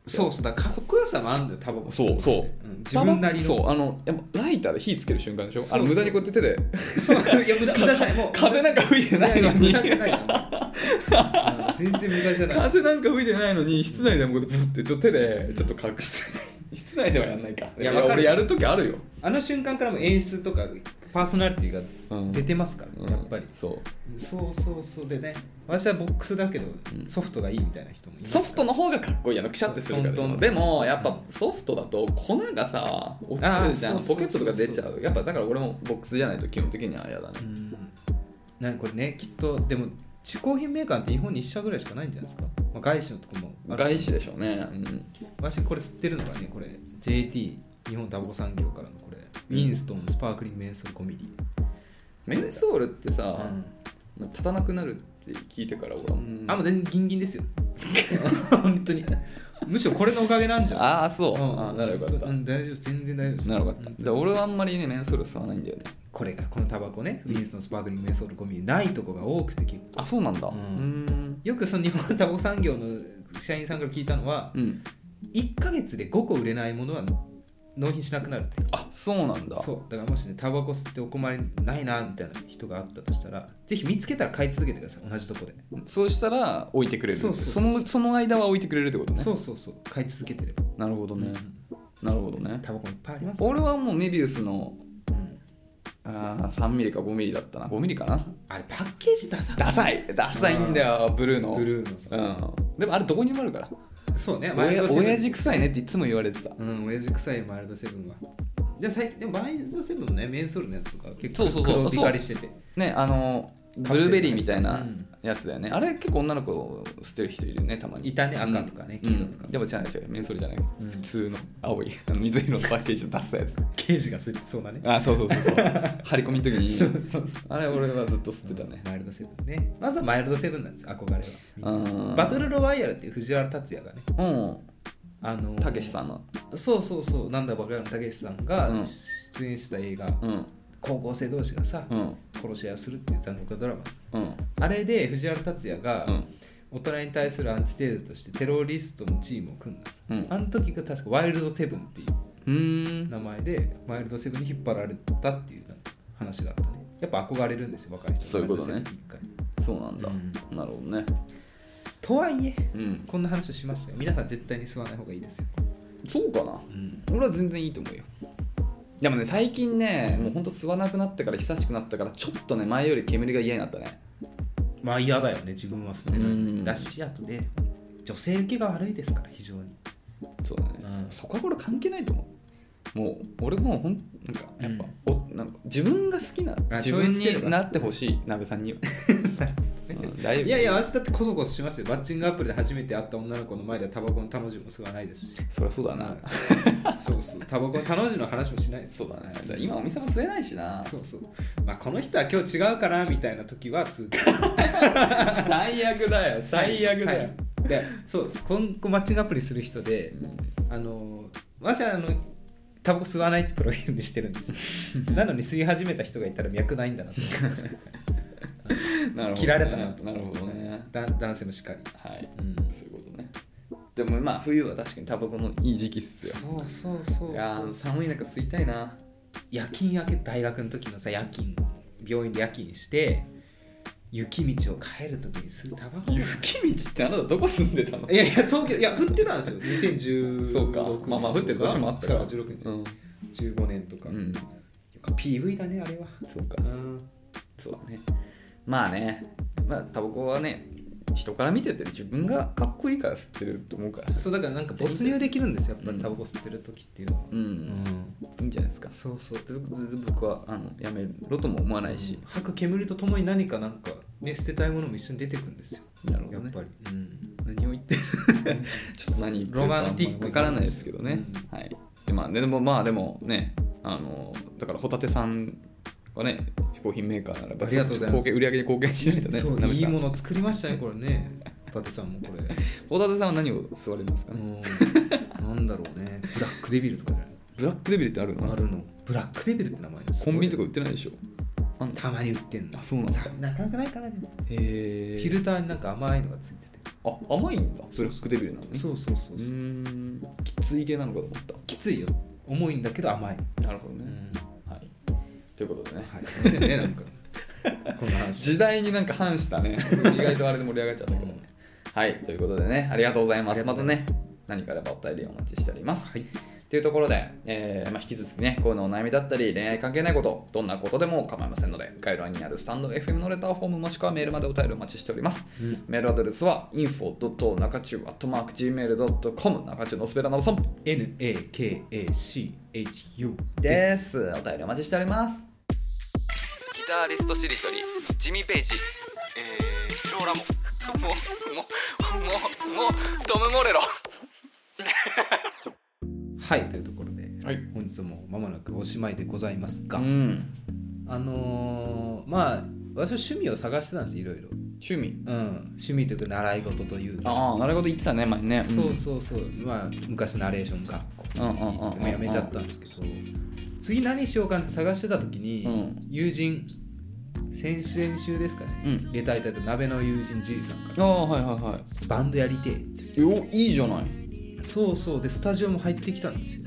S1: そうそうだからかっこよさもあるんだよタバコ吸
S2: そうそ
S1: う
S2: う
S1: ん自分なりの
S2: そうあのやっぱライターで火つける瞬間でしょ
S1: そうそう
S2: あの無駄にこうやって手で
S1: そういや無駄無駄じゃないもう
S2: 風なんか吹いて
S1: い
S2: な
S1: や
S2: い
S1: い
S2: の
S1: や無
S2: に
S1: 駄じゃないようん全然無駄じゃない
S2: 風なんか吹いてないのに室内でもこうやってちょっと手でちょっと隠して (laughs) 室内ではやんないか
S1: いやわかる
S2: 俺やる時あるよ
S1: あの瞬間からもう演出とかパーソナリティが
S2: うん
S1: 出てますから、
S2: うん
S1: やっぱり
S2: そう
S1: そうそうそうでね私はボックスだけど
S2: うん
S1: ソフトがいいみたいな人もいます
S2: ソフトの方がかっこいいやのくしゃってするからでし
S1: トント
S2: ょ
S1: ン
S2: でもやっぱソフトだと粉がさ落ちるじゃ
S1: あ
S2: ん
S1: ー
S2: ポケットとか出ち
S1: そ
S2: ゃ
S1: うそうそう
S2: うやっぱだから俺もボックスじゃないと基本的には嫌だね
S1: うんなんかこれねきっとでも嗜好品メーカーって日本に1社ぐらいしかないんじゃないですか、まあ、外資のとこもある
S2: 外資でしょうねうん
S1: 私これ吸ってるのがねこれ JT 日本タバコ産業からのこれ、ウィンストンスパークリングメンソールコミディ
S2: メンソールってさ
S1: うん
S2: 立たなくなるって聞いてから俺はもう
S1: あもう全然ギンギンです (laughs) よ本当にむしろこれのおかげなんじゃん
S2: ああそう、
S1: うん
S2: あならよかった、
S1: うん大丈夫全然大丈夫です
S2: ならよかった
S1: うん
S2: で俺はあんまりねメンソール吸わないんだよね
S1: これがこのタバコねウィンストンスパークリングメソールゴミないとこが多くて結構
S2: あそうなんだう
S1: うん
S2: ん
S1: よくその日本タバコ産業の社員さんから聞いたのは
S2: うん
S1: 1か月で5個売れないものは納品しなくなるって
S2: あそうなんだ
S1: そうだからもしねタバコ吸ってお困りないなみたいな人があったとしたらぜひ見つけたら買い続けてください同じとこで、
S2: そうしたら置いてくれる
S1: そうそうそうそう
S2: のその間は置いてくれるってことね
S1: そうそうそう買い続けてれば、
S2: なるほどね、なるほどね
S1: タバコいっぱいあります
S2: 俺はもうメビウスの
S1: うん
S2: あー3ミリか5ミリだったな5ミリかな
S1: あれパッケージダサ
S2: ダサいダサいんだよブルーの
S1: ブルーのさ、
S2: うん、でもあれどこにもあるから
S1: そうねマイル
S2: 親
S1: ドセブン
S2: 親父臭いねっていつも言われてた
S1: うん親父臭いマイルドセブンはでも最近でもマイルドセブンのねメンソールのやつとかは結構
S2: そうそうそ
S1: 黒
S2: う
S1: 光りしてて
S2: ねあの
S1: カプセ
S2: ブ
S1: ル
S2: ルーベリーみたいうなんやつだよね、あれ結構女の子捨てる人いるよねたまに
S1: いたね
S2: うん
S1: 赤とかね
S2: うん
S1: 黄色とか
S2: でも違う違うメンソールじゃない、
S1: うん
S2: 普通の青いあの水色のパッケージの出したやつ
S1: 刑事が吸ってそうなね (laughs)
S2: あそうそうそうそう張り込みの時に
S1: そうそう
S2: あれ俺はずっと捨てたね
S1: マイルドセブンねまずはマイルドセブンなんですよ憧れは
S2: うん
S1: バトルロワイヤルっていう藤原竜也がね
S2: うん
S1: あの
S2: たけしさんの
S1: んそうそうそうなんだバカヤのたけしさんが
S2: うん
S1: 出演した映画、
S2: うん
S1: 高校生同士がさ、
S2: うん
S1: 殺し合いをするっていう残酷なドラマです
S2: うん
S1: あれで藤原竜也が、
S2: うん
S1: 大人に対するアンチテーゼとしてテロリストのチームを組んだんです、
S2: うん
S1: あの時が確かワイルドセブンっていう
S2: うーん
S1: 名前でワイルドセブンに引っ張られたっていう話があったねやっぱ憧れるんですよ若い人
S2: そういうことね
S1: ワイルドセブンに一回
S2: そうなんだ、
S1: うん
S2: なるほどね
S1: とはいえ
S2: うん
S1: こんな話をしましたよ皆さん絶対に吸わない方がいいですよ、
S2: そうかな俺は全然いいと思うよでもね最近ねもうほんと吸わなくなってから久しくなったからちょっとね前より煙が嫌になったね
S1: まあ嫌だよね自分は吸って
S2: う
S1: る
S2: ん
S1: だしあとね女性受けが悪いですから非常に
S2: そうだね、
S1: うん
S2: そこはこれ関係ないと思うもう俺もうほんなんかやっぱ、おなんか自分が好きな
S1: あ
S2: 自
S1: 超
S2: 分
S1: 越してる
S2: に
S1: わ
S2: なってほしい鍋さん (laughs) には、うん大丈夫
S1: いやいや私だってこそこそしますよバッチングアプリで初めて会った女の子の前ではタバコのたの字も吸わないですし
S2: そりゃそうだな、
S1: そうそうタバコのたの字の話もしないです
S2: そうだねだから今お店も吸えないしな
S1: そうそう。まあ、この人は今日違うかなみたいな時は数
S2: 最悪だよ最悪だよ、
S1: で、そうです。今後マッチングアプリする人で、あの、私はあの、タバコ吸わないってプロフィールにしてるんです。なのに吸い始めた人がいたら脈ないんだなと思います。
S2: なるほどね
S1: 切られたなと
S2: なるほど (laughs) ね
S1: だ男性もしっかり。
S2: はい、
S1: うん
S2: そういうことねでもまあ冬は確かにタバコのいい時期っすよ
S1: そうそうそうそう
S2: いやー寒い中吸いたいな
S1: 夜勤明け大学の時のさ夜勤病院で夜勤して雪道を帰る時に吸うタバコ
S2: 雪道ってあなたどこ住んでた
S1: (laughs)
S2: の
S1: いやいや東京いや降ってたんで
S2: (laughs)
S1: すよ2016年
S2: そうかまあまあ降ってる年もあったから
S1: そう16年
S2: うん、
S1: 15年とか、
S2: うん、
S1: PV だねあれは
S2: そうかそうだねまあねまあタバコはね人から見てて自分がかっこいいから吸ってると思うから
S1: そうだからなんか没入できるんですよやっぱ
S2: う
S1: り
S2: ん
S1: タバコ吸ってる時っていうのは、
S2: うん、いいんじゃないですか
S1: そうそう
S2: 僕はあのやめろとも思わないし、
S1: 吐く煙とともに何かなんか、ね、捨てたいものも一緒に出てくるんですよ
S2: なるほ
S1: や
S2: ど
S1: っ
S2: ね
S1: ぱり、うん
S2: 何を言 (laughs) ってるちょっと何言ってるか
S1: ロマンティック
S2: わからないですけどね、
S1: う
S2: はいでまあでもまあでもねあのだからホタテさんはね嗜好品メーカーならば
S1: ありがとうございます
S2: 貢献売り上げに貢献しないとね
S1: そう
S2: 鍋さん
S1: いいもの作りましたねこれね伊達さんも
S2: (laughs)
S1: これ、
S2: ホタテさんは何を吸われるんですか
S1: う
S2: ね、
S1: ん、なんだろうねブラックデビルとかじゃない
S2: ブラックデビルってあるの
S1: あるのブラックデビルって名前です
S2: コンビニとか売ってないでしょあんの
S1: たまに売ってんの
S2: あそうなんだ
S1: さなかなかないかなでも
S2: へえ
S1: フィルターになんか甘いのがついてて、
S2: あ甘いんだブラックデビルなのにう
S1: そうそうそうそう
S2: ーんきつい系なのかと思っ
S1: きついよ重いんだけど甘い、
S2: たなるほどね、はいということでね、
S1: はいすいませんねなんかこんな話 (laughs)
S2: 時代になんか反したね意外とあれで盛り上がっちゃったけどねはいということでねありがとうございま
S1: あ
S2: す
S1: りがと
S2: また
S1: うござい
S2: ね何かあればお便りお待ちしております
S1: はい
S2: というところで、えーまあ、引き続きね、こういうのお悩みだったり、恋愛関係ないこと、どんなことでも構いませんので、概要欄にあるスタンド FM のレターフォームもしくはメールまでお便りお待ちしております。
S1: うん
S2: メールアドレスは info.nakachu.gmail.com 中中のすべらなおさん
S1: NAKACHU
S2: です。お便りお待ちしております。ギタリストしりとり、ジミー・ペイジ、えー、スローラモ、もう、もう、もう、もう、トム・モレロ。
S1: はいというところで、
S2: はい
S1: 本日もまもなくおしまいでございますが、
S2: うん。
S1: あのーまあ私は趣味を探してたんですいろいろ
S2: 趣味
S1: うん、趣味というか習い事というか
S2: ああ習い事言ってたね前ね
S1: そうそうそう、まあ、昔ナレーション学校
S2: うんうんうんうん
S1: もうやめちゃったんですけど次何しようかって探してた時に、
S2: うん
S1: 友人先週先週ですかね、
S2: うん
S1: レターいただいた鍋の友人じいさんか
S2: ああはいはいは
S1: らバンドやりてえって
S2: いおいいじゃない
S1: そうそうでスタジオも入ってきたんですよ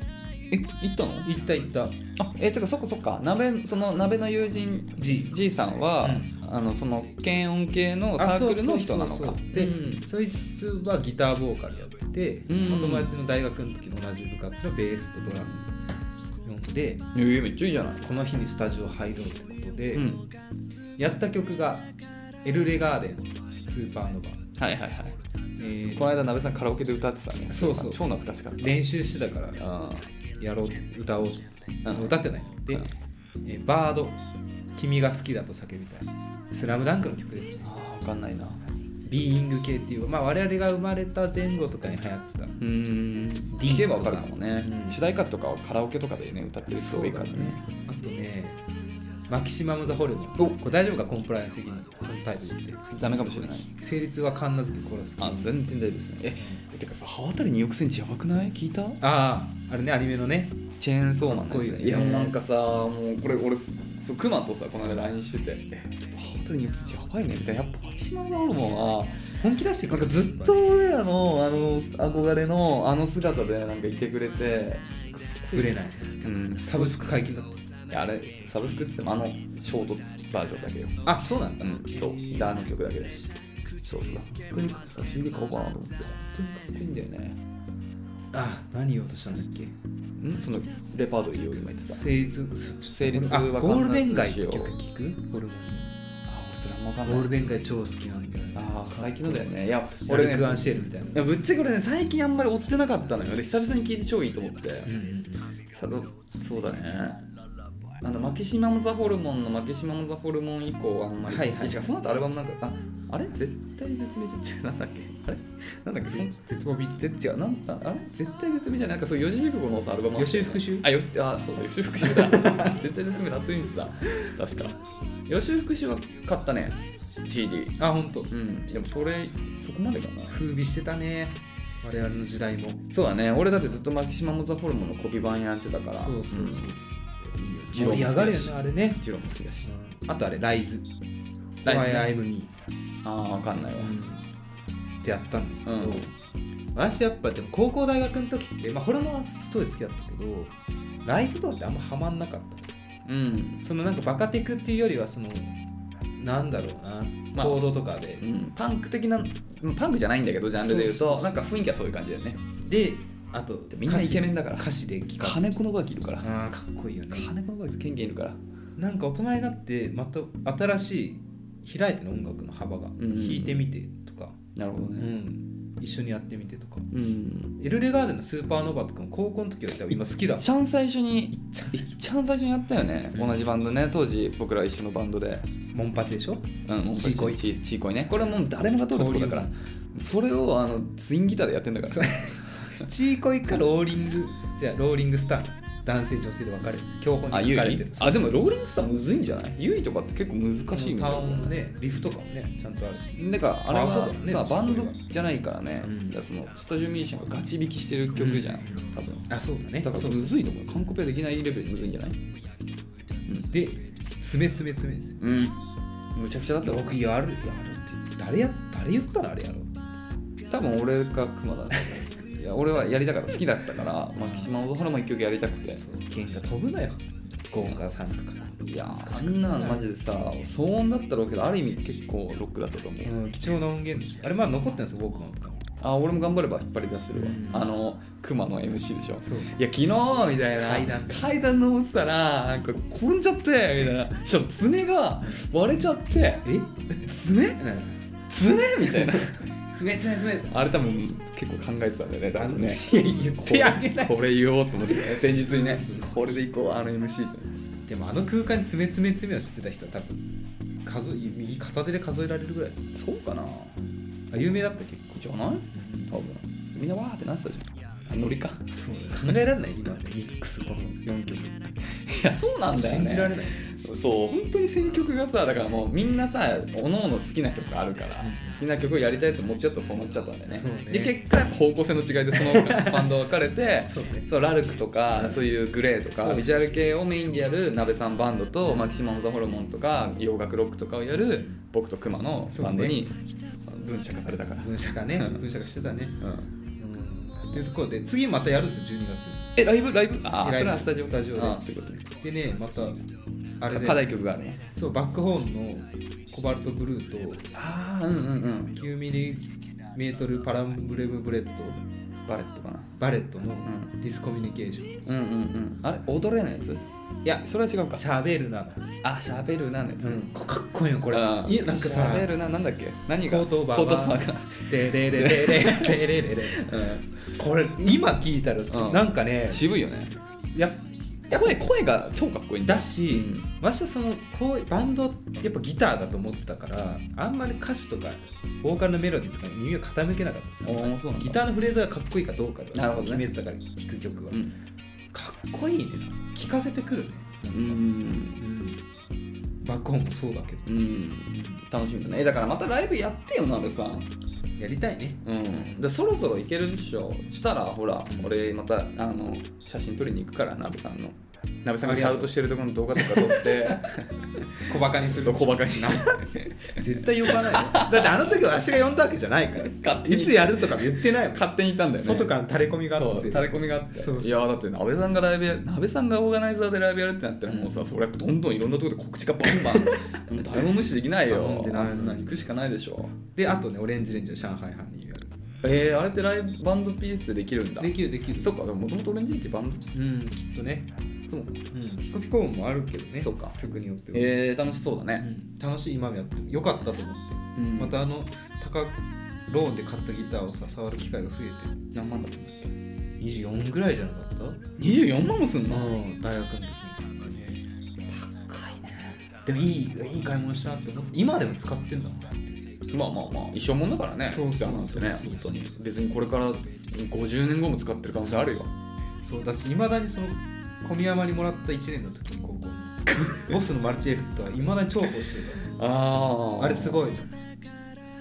S2: え行ったの
S1: 行った行った
S2: あえつかそっかそっか鍋その鍋の友人
S1: じ
S2: じいさんは、あのその検音系の
S1: あ
S2: サー
S1: そう
S2: クルの人なの
S1: そうそ
S2: か
S1: うそうで、そいつはギターボーカルやってて、
S2: うん
S1: お友達の大学の時の同じ部活のベースとドラム呼んで
S2: えー、めっちゃいいじゃない
S1: この日にスタジオ入ろうってことで、
S2: うん
S1: やった曲が「エルレガーデン」スーパーノバ、
S2: はいはいはい
S1: えー
S2: この間鍋さんカラオケで歌ってたね
S1: そうそう
S2: 超懐かしかっ
S1: 練習してたから
S2: たあ
S1: やろう歌おうと
S2: うん
S1: 歌ってないんですで、
S2: うん
S1: えーバード君が好きだと叫びたい」「スラムダンクの曲ですね
S2: あーわかんないな
S1: ビーイング系っていう、まあ、我々が生まれた前後とかに流行ってた
S2: うーん
S1: ィーン
S2: 聞けばわかるかもね、
S1: うん
S2: 主題歌とかはカラオケとかでね歌ってる人多いからね
S1: あとねマキシマム・ザ・ホルモン
S2: お
S1: これ大丈夫かコンプライアンス的にこのタイトル言っ
S2: ダメかもしれない
S1: て成立はカンナ付け殺す
S2: あ全然大丈夫ですねえてかさ刃渡り2億センチやばくない聞いた
S1: あああれねアニメのね
S2: チェーンソーマンのやつ
S1: かっこ
S2: ね
S1: いい
S2: いや
S1: よね
S2: なんかさもうこれ俺そうクマとさこの間 LINE しててえちょっと刃渡り2億センチやばいねみたいなやっぱマキシマムザホルモンは
S1: 本気出して
S2: なんかずっと俺らのあの憧れのあの姿でなんかいてくれて
S1: 売れない
S2: うん
S1: サブスク解禁だった
S2: いやあれサブスクっつってもあのショートバージョンだけよ
S1: あそうなんだ、
S2: うん、そう、ギターの曲だけだし。そうそう。これ、CD 買おうかなと思って。本当にかっこいいんだよね。
S1: あ何言おうとしたんだっけ
S2: んその、レパートリーを今言ってた。
S1: 成立
S2: 成立は
S1: あ
S2: カンナ
S1: ゴールデン街って
S2: 付
S1: 曲
S2: けよう
S1: 聞くホルモン
S2: あ、俺それあんまわかんない。
S1: ゴールデン街超好きなんだよね
S2: あー、最近のだよね。いや、
S1: 俺
S2: 俺
S1: ね
S2: ね、
S1: ルクアン
S2: い
S1: シェルみたいな
S2: やぶっちゃけ俺ね、最近あんまり追ってなかったのよ。で、久々に聞いて超いいと思って。
S1: うん
S2: さそうだね。あのマキシマム・ザ・ホルモンのマキシマム・ザ・ホルモン以降はあんまり、
S1: はいはい
S2: や違うその後アルバムなんかああれ絶対絶命じゃん違 (laughs) うなんだっけあれなんだっけそん
S1: 絶望ビ
S2: ぜ違うなんだあれ絶対絶命じゃないなんかそう四字熟語のさアルバムあった
S1: 予習
S2: よね
S1: 復習
S2: あよあそうだ予習復
S1: (laughs)
S2: 習だ絶対絶命ラットインスだ確か予習復習は買ったね CD
S1: あ本当
S2: うんでもそれそこまでかな
S1: 風靡してたね我々の時代も
S2: そうだね俺だってずっとマキシマム・ザ・ホルモンのコピー版やってたから
S1: そうそうそうそうん
S2: いいよ
S1: 盛り上がるよねあれね
S2: ジローも好きだし
S1: あとあれライズ
S2: ライズね
S1: Why I'm Me
S2: ああわかんないわ
S1: ってやったんですけど、
S2: うん
S1: 私やっぱでも高校大学の時って、まあ、ホルモンはすごい好きだったけどライズとかってあんまハマんなかった
S2: うん、
S1: そのなんかバカテクっていうよりはそのなんだろうな
S2: まあ
S1: 行動とかで、
S2: うん、パンク的なうんパンクじゃないんだけどジャンルで言うと
S1: そうそうそう
S2: なんか雰囲気はそういう感じだよね
S1: であと
S2: みんなイケメンだから
S1: 歌詞で聞かせ
S2: 金子のバキいるから
S1: あーかっこいいよね
S2: 金子のバキケンケンいるから
S1: なんか大人になってまた新しい開いての音楽の幅が、
S2: んうん
S1: 弾いてみてとか、
S2: なるほど
S1: う
S2: ね
S1: ん、一緒にやってみてとか
S2: うん
S1: エルレガーデンのスーパーノバとかも高校の時より多分今好きだ
S2: いっちゃん最初にいっちゃん最初にやったよね同じバンドね当時僕ら一緒のバンドで
S1: モンパチでしょ
S2: うんもう
S1: チーコイ
S2: チーチーコイねこれはもう誰もが通るとこだからそれをあのツインギターでやってんだから
S1: そうチーコイかローリングじゃあローリングスターなんです男性女性で分かれて競歩に
S2: あ
S1: 分
S2: ユ
S1: かれて
S2: イ
S1: る
S2: あでもローリングスターむずいんじゃないユイとかって結構難しいみたい
S1: 単音
S2: な
S1: のねリフとかもねちゃんとあるし
S2: だからあれ
S1: バンドだもんね
S2: はさバンド
S1: チーコイは
S2: じゃないからね、
S1: うん
S2: だからそのスタジオミュージシャンがガチ弾きしてる曲じゃん、
S1: うん
S2: 多分
S1: あそうだね
S2: だから
S1: そう
S2: むずいと思う完コピはできないレベルでむずいんじゃない
S1: で爪爪爪ですよ
S2: うんむちゃくちゃだったわ
S1: 僕やるやるって誰や誰言ったのあれやろ
S2: 多分俺がクマだねいや俺はやりたかった好きだったからマキシマム・ザ・ホルモン一曲やりたくて
S1: 弦が飛ぶなよ豪華さんとか
S2: いやーあんなのマジでさ騒音だったろうけどある意味結構ロックだったと思う、
S1: うん貴重な音源でしょあれまだ残ってるんですよウォークマンとか
S2: あ俺も頑張れば引っ張り出してるわ、
S1: うん
S2: あのクマの MC でしょ
S1: そう
S2: いや昨日みたいな
S1: 階段
S2: 階段登ってたらなんか転んじゃってみたいなそしたら爪が割れちゃって
S1: え
S2: 爪爪みたいな
S1: 爪爪爪
S2: あれ多分結構考えてたんだよね多分ね
S1: あのいや言ってあげない
S2: これこれ言おうと思って前日にね
S1: そう
S2: これでいこうあの MC って
S1: でもあの空間に爪爪爪を知ってた人は多分数え右片手で数えられるぐらい
S2: そうかな
S1: あ有名だった結構
S2: じゃない多分みんなわーってなってたじゃんノリか
S1: そう考えられない今
S3: ミックスこの4曲
S2: いやそうなんだよ
S1: 信
S2: ね
S1: じられない
S2: そう本当に選曲がさだからもうみんなさおのおの好きな曲があるから、好きな曲をやりたいと思っちゃったらそうなっちゃったんだよね
S1: そうね
S2: で結果やっぱ方向性の違いでそのバンド分かれ (laughs) て
S1: そうね
S2: そうラルクとかそういうグレーと
S1: そうそうそ
S2: か
S1: う
S2: ビジュアル系をメインでやる鍋さんバンドとマキシマム・ザ・ホルモンとか洋楽ロックとかをやる僕と熊のバンドに分社化されたから、
S1: 文社がね文社がしてたね
S2: うん
S1: うんっていうところで次またやるんですよ12月に
S2: えライブライブああ
S1: ライブ
S2: それはスタジオ
S1: スタジオで
S2: あーそういうことね
S1: でねまたあれで
S2: 課題曲があるね
S1: そうバックホーンのコバルトブルーと
S2: ああうんうんうん
S1: 9ミリメートルパランブレムブレッド
S2: バレットかな
S1: バレットの
S2: ん
S1: ディスコミュニケーション
S2: うんうんうんあれ踊れないやつ
S1: いや
S2: それは違うか
S1: しゃべるなの、
S2: あしゃべるなのやつ、
S1: うん、かっこいいよこれ
S2: あー
S1: いやなんか
S2: しゃ
S1: さ
S2: べるななんだっけ何が
S1: コートオーバ
S2: コ
S1: ーは
S2: ートオーバ
S1: デレレレレレレレレこれ今聞いたらす
S2: うん
S1: なんかね
S2: が渋いよね
S1: やっ
S2: 声声が超かっこいいんだ
S1: だし、
S2: うん
S1: わしはそのこうバンドやっぱギターだと思ってたからあんまり歌詞とかボーカルのメロディーとかに耳を傾けなかったんです
S2: おーそ
S1: よ
S2: うなんだ
S1: ギターのフレーズがかっこいいかどうかで
S2: なるほど
S1: 決
S2: ね
S1: めてたから聴く曲は、
S2: うん
S1: かっこいいね聴かせてくるね、
S2: うん
S1: バックホーンもそうだけど
S2: うん楽しみだねえだからまたライブやってよなべさん
S1: やりたいね
S2: うんでそろそろ行けるでしょしたらほら俺またあの写真撮りに行くからなべさんのなべさんがシャウトしてるところの動画とか撮って
S1: 小バカにす
S2: (laughs) そう
S1: る
S2: (laughs) 小バカにな
S1: (laughs) 絶対呼ばないよだってあの時は私が呼んだわけじゃない
S2: (laughs)
S1: から
S2: 勝手に
S1: いつやるとか言ってないもん
S2: 勝手にいたんだよね
S1: 外からの垂れ込みがあ
S2: そ
S1: って
S2: う垂れ込みがあって
S1: そうそう
S2: いやだって鍋さんがライブや鍋さんがオーガナイザーでライブやるってなったらもうさ、それどんどんいろんなところで告知がバンバンもう誰も無視できないよ
S1: 頼んでない
S2: あんな行くしかないでしょ
S1: であとねオレンジレンジの上海ハニーやる
S2: えー、あれってライブバンドピースでできるんだ
S1: できるできる
S2: そっかでももともとオレンジリンってバンド
S1: うんきっとね
S2: そう
S1: ピコピコ音もあるけどね
S2: そうか
S1: 曲によっては、
S2: えー、楽しそうだね、
S1: うん楽しい今もやってよかったと思って、
S2: うん
S1: またあの高ローンで買ったギターをさ触る機会が増えて
S2: 何万だったんだっけ
S1: 24ぐらいじゃなかった
S2: 24万もすんの、
S1: うん大学の時に高いねでもいいいい買い物したなって思って今でも使ってんだもんだって
S2: まあまあまあ一生もんだからね
S1: そうそうそう
S2: ギターなんてね本当に別にこれから50年後も使ってる可能性あるよ
S1: そうだしいまだにその小宮山にもらった1年の時に高 (laughs) 校のボスのマルチエフェクトはいまだに重宝してる
S2: あ
S1: あれすごい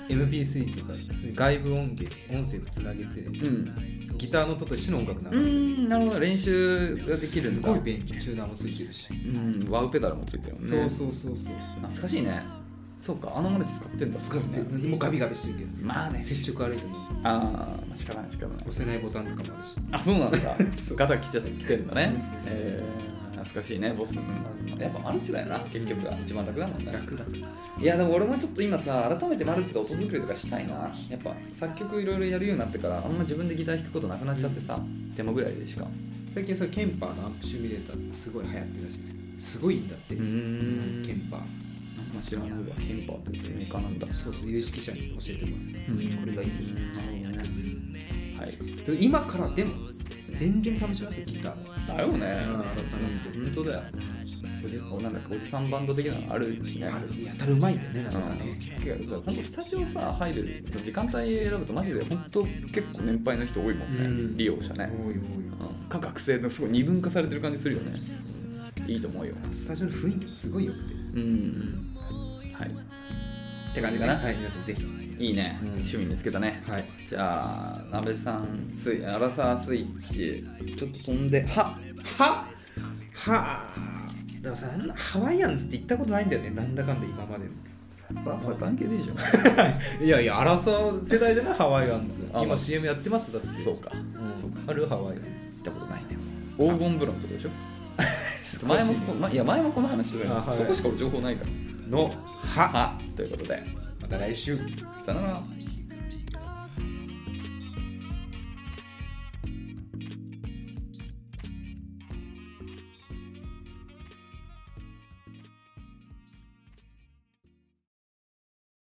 S1: MP3 っていうか普通に外部音源音声でつなげて
S2: うん
S1: ギターの音と一緒の音楽流
S2: う
S1: す
S2: んなるほど練習ができるんだ
S1: すごい便利チューナーもついてるし、
S2: うんワウペダルもついてるもんね
S1: そうそうそうそう
S2: 懐かしいねそうかあのマルチ使ってんだ
S1: 使ってるもうガビガビしてるけど
S2: まあね
S1: 接触悪いとも
S2: あーまあ仕方ない仕方ない
S1: 押せないボタンとかもあるし
S2: あそうなんだガタ来て来てんだね
S1: そうそうそう
S2: えー懐かしいねボスやっぱマルチだよな結局が一番楽だもんね
S1: 楽楽
S2: いやでも俺もちょっと今さ改めてマルチで音作りとかしたいなやっぱ作曲いろいろやるようになってからあんま自分でギター弾くことなくなっちゃってさデモぐらいでしか
S1: 最近そのケンパーのアンプシミュレーターってすごい流行ってるらしいんですけどすごいんだって
S2: うーん
S1: ケンパー
S2: あんま知らないわケンパーっていうメーカーなんだ
S1: そうそう有識者に教えてもらって、これがいいですよ
S2: はい。
S1: で今からでも全然試しますよギターも
S2: だよね。
S1: うん
S2: 本当だよ。おじなんだっけおじさんバンド的なのあるしね。
S1: あるやたらうまいんだよねな
S2: うん
S1: かね
S2: いやさ本当スタジオさ入る時間帯選ぶとマジで本当結構年配の人多いもんね、
S1: うん
S2: 利用者
S1: 多
S2: ね、
S1: い多い
S2: うん、か学生のすごい二分化されてる感じするよねいいと思うよ
S1: スタジオの雰囲気もすごいよくて
S2: うんはいって感じかな、
S1: はい皆さんぜひ
S2: いいね、
S1: うん
S2: 趣味見つけたね
S1: はい
S2: じゃあ、なべさん、スイアラサースイッチ、ちょっと飛んで、は
S1: ははでもさなんだハワイアンズって行ったことないんだよねなんだかんだ今まで
S2: ラサー関係ねえじゃん。
S1: いやいや争う世代じゃないハワイアンズ
S2: あまあ
S1: 今 CM やってますだって
S2: そうか、行
S1: うんあるハワイアンズ
S2: ったことないね。黄金風呂のとこで (laughs) しょ前もそこ、ま、いや前もこの話して
S1: あはい
S2: そこしか俺情報ないか
S1: の
S2: ら。
S1: は
S2: はということで、
S1: また来週
S2: さよなら。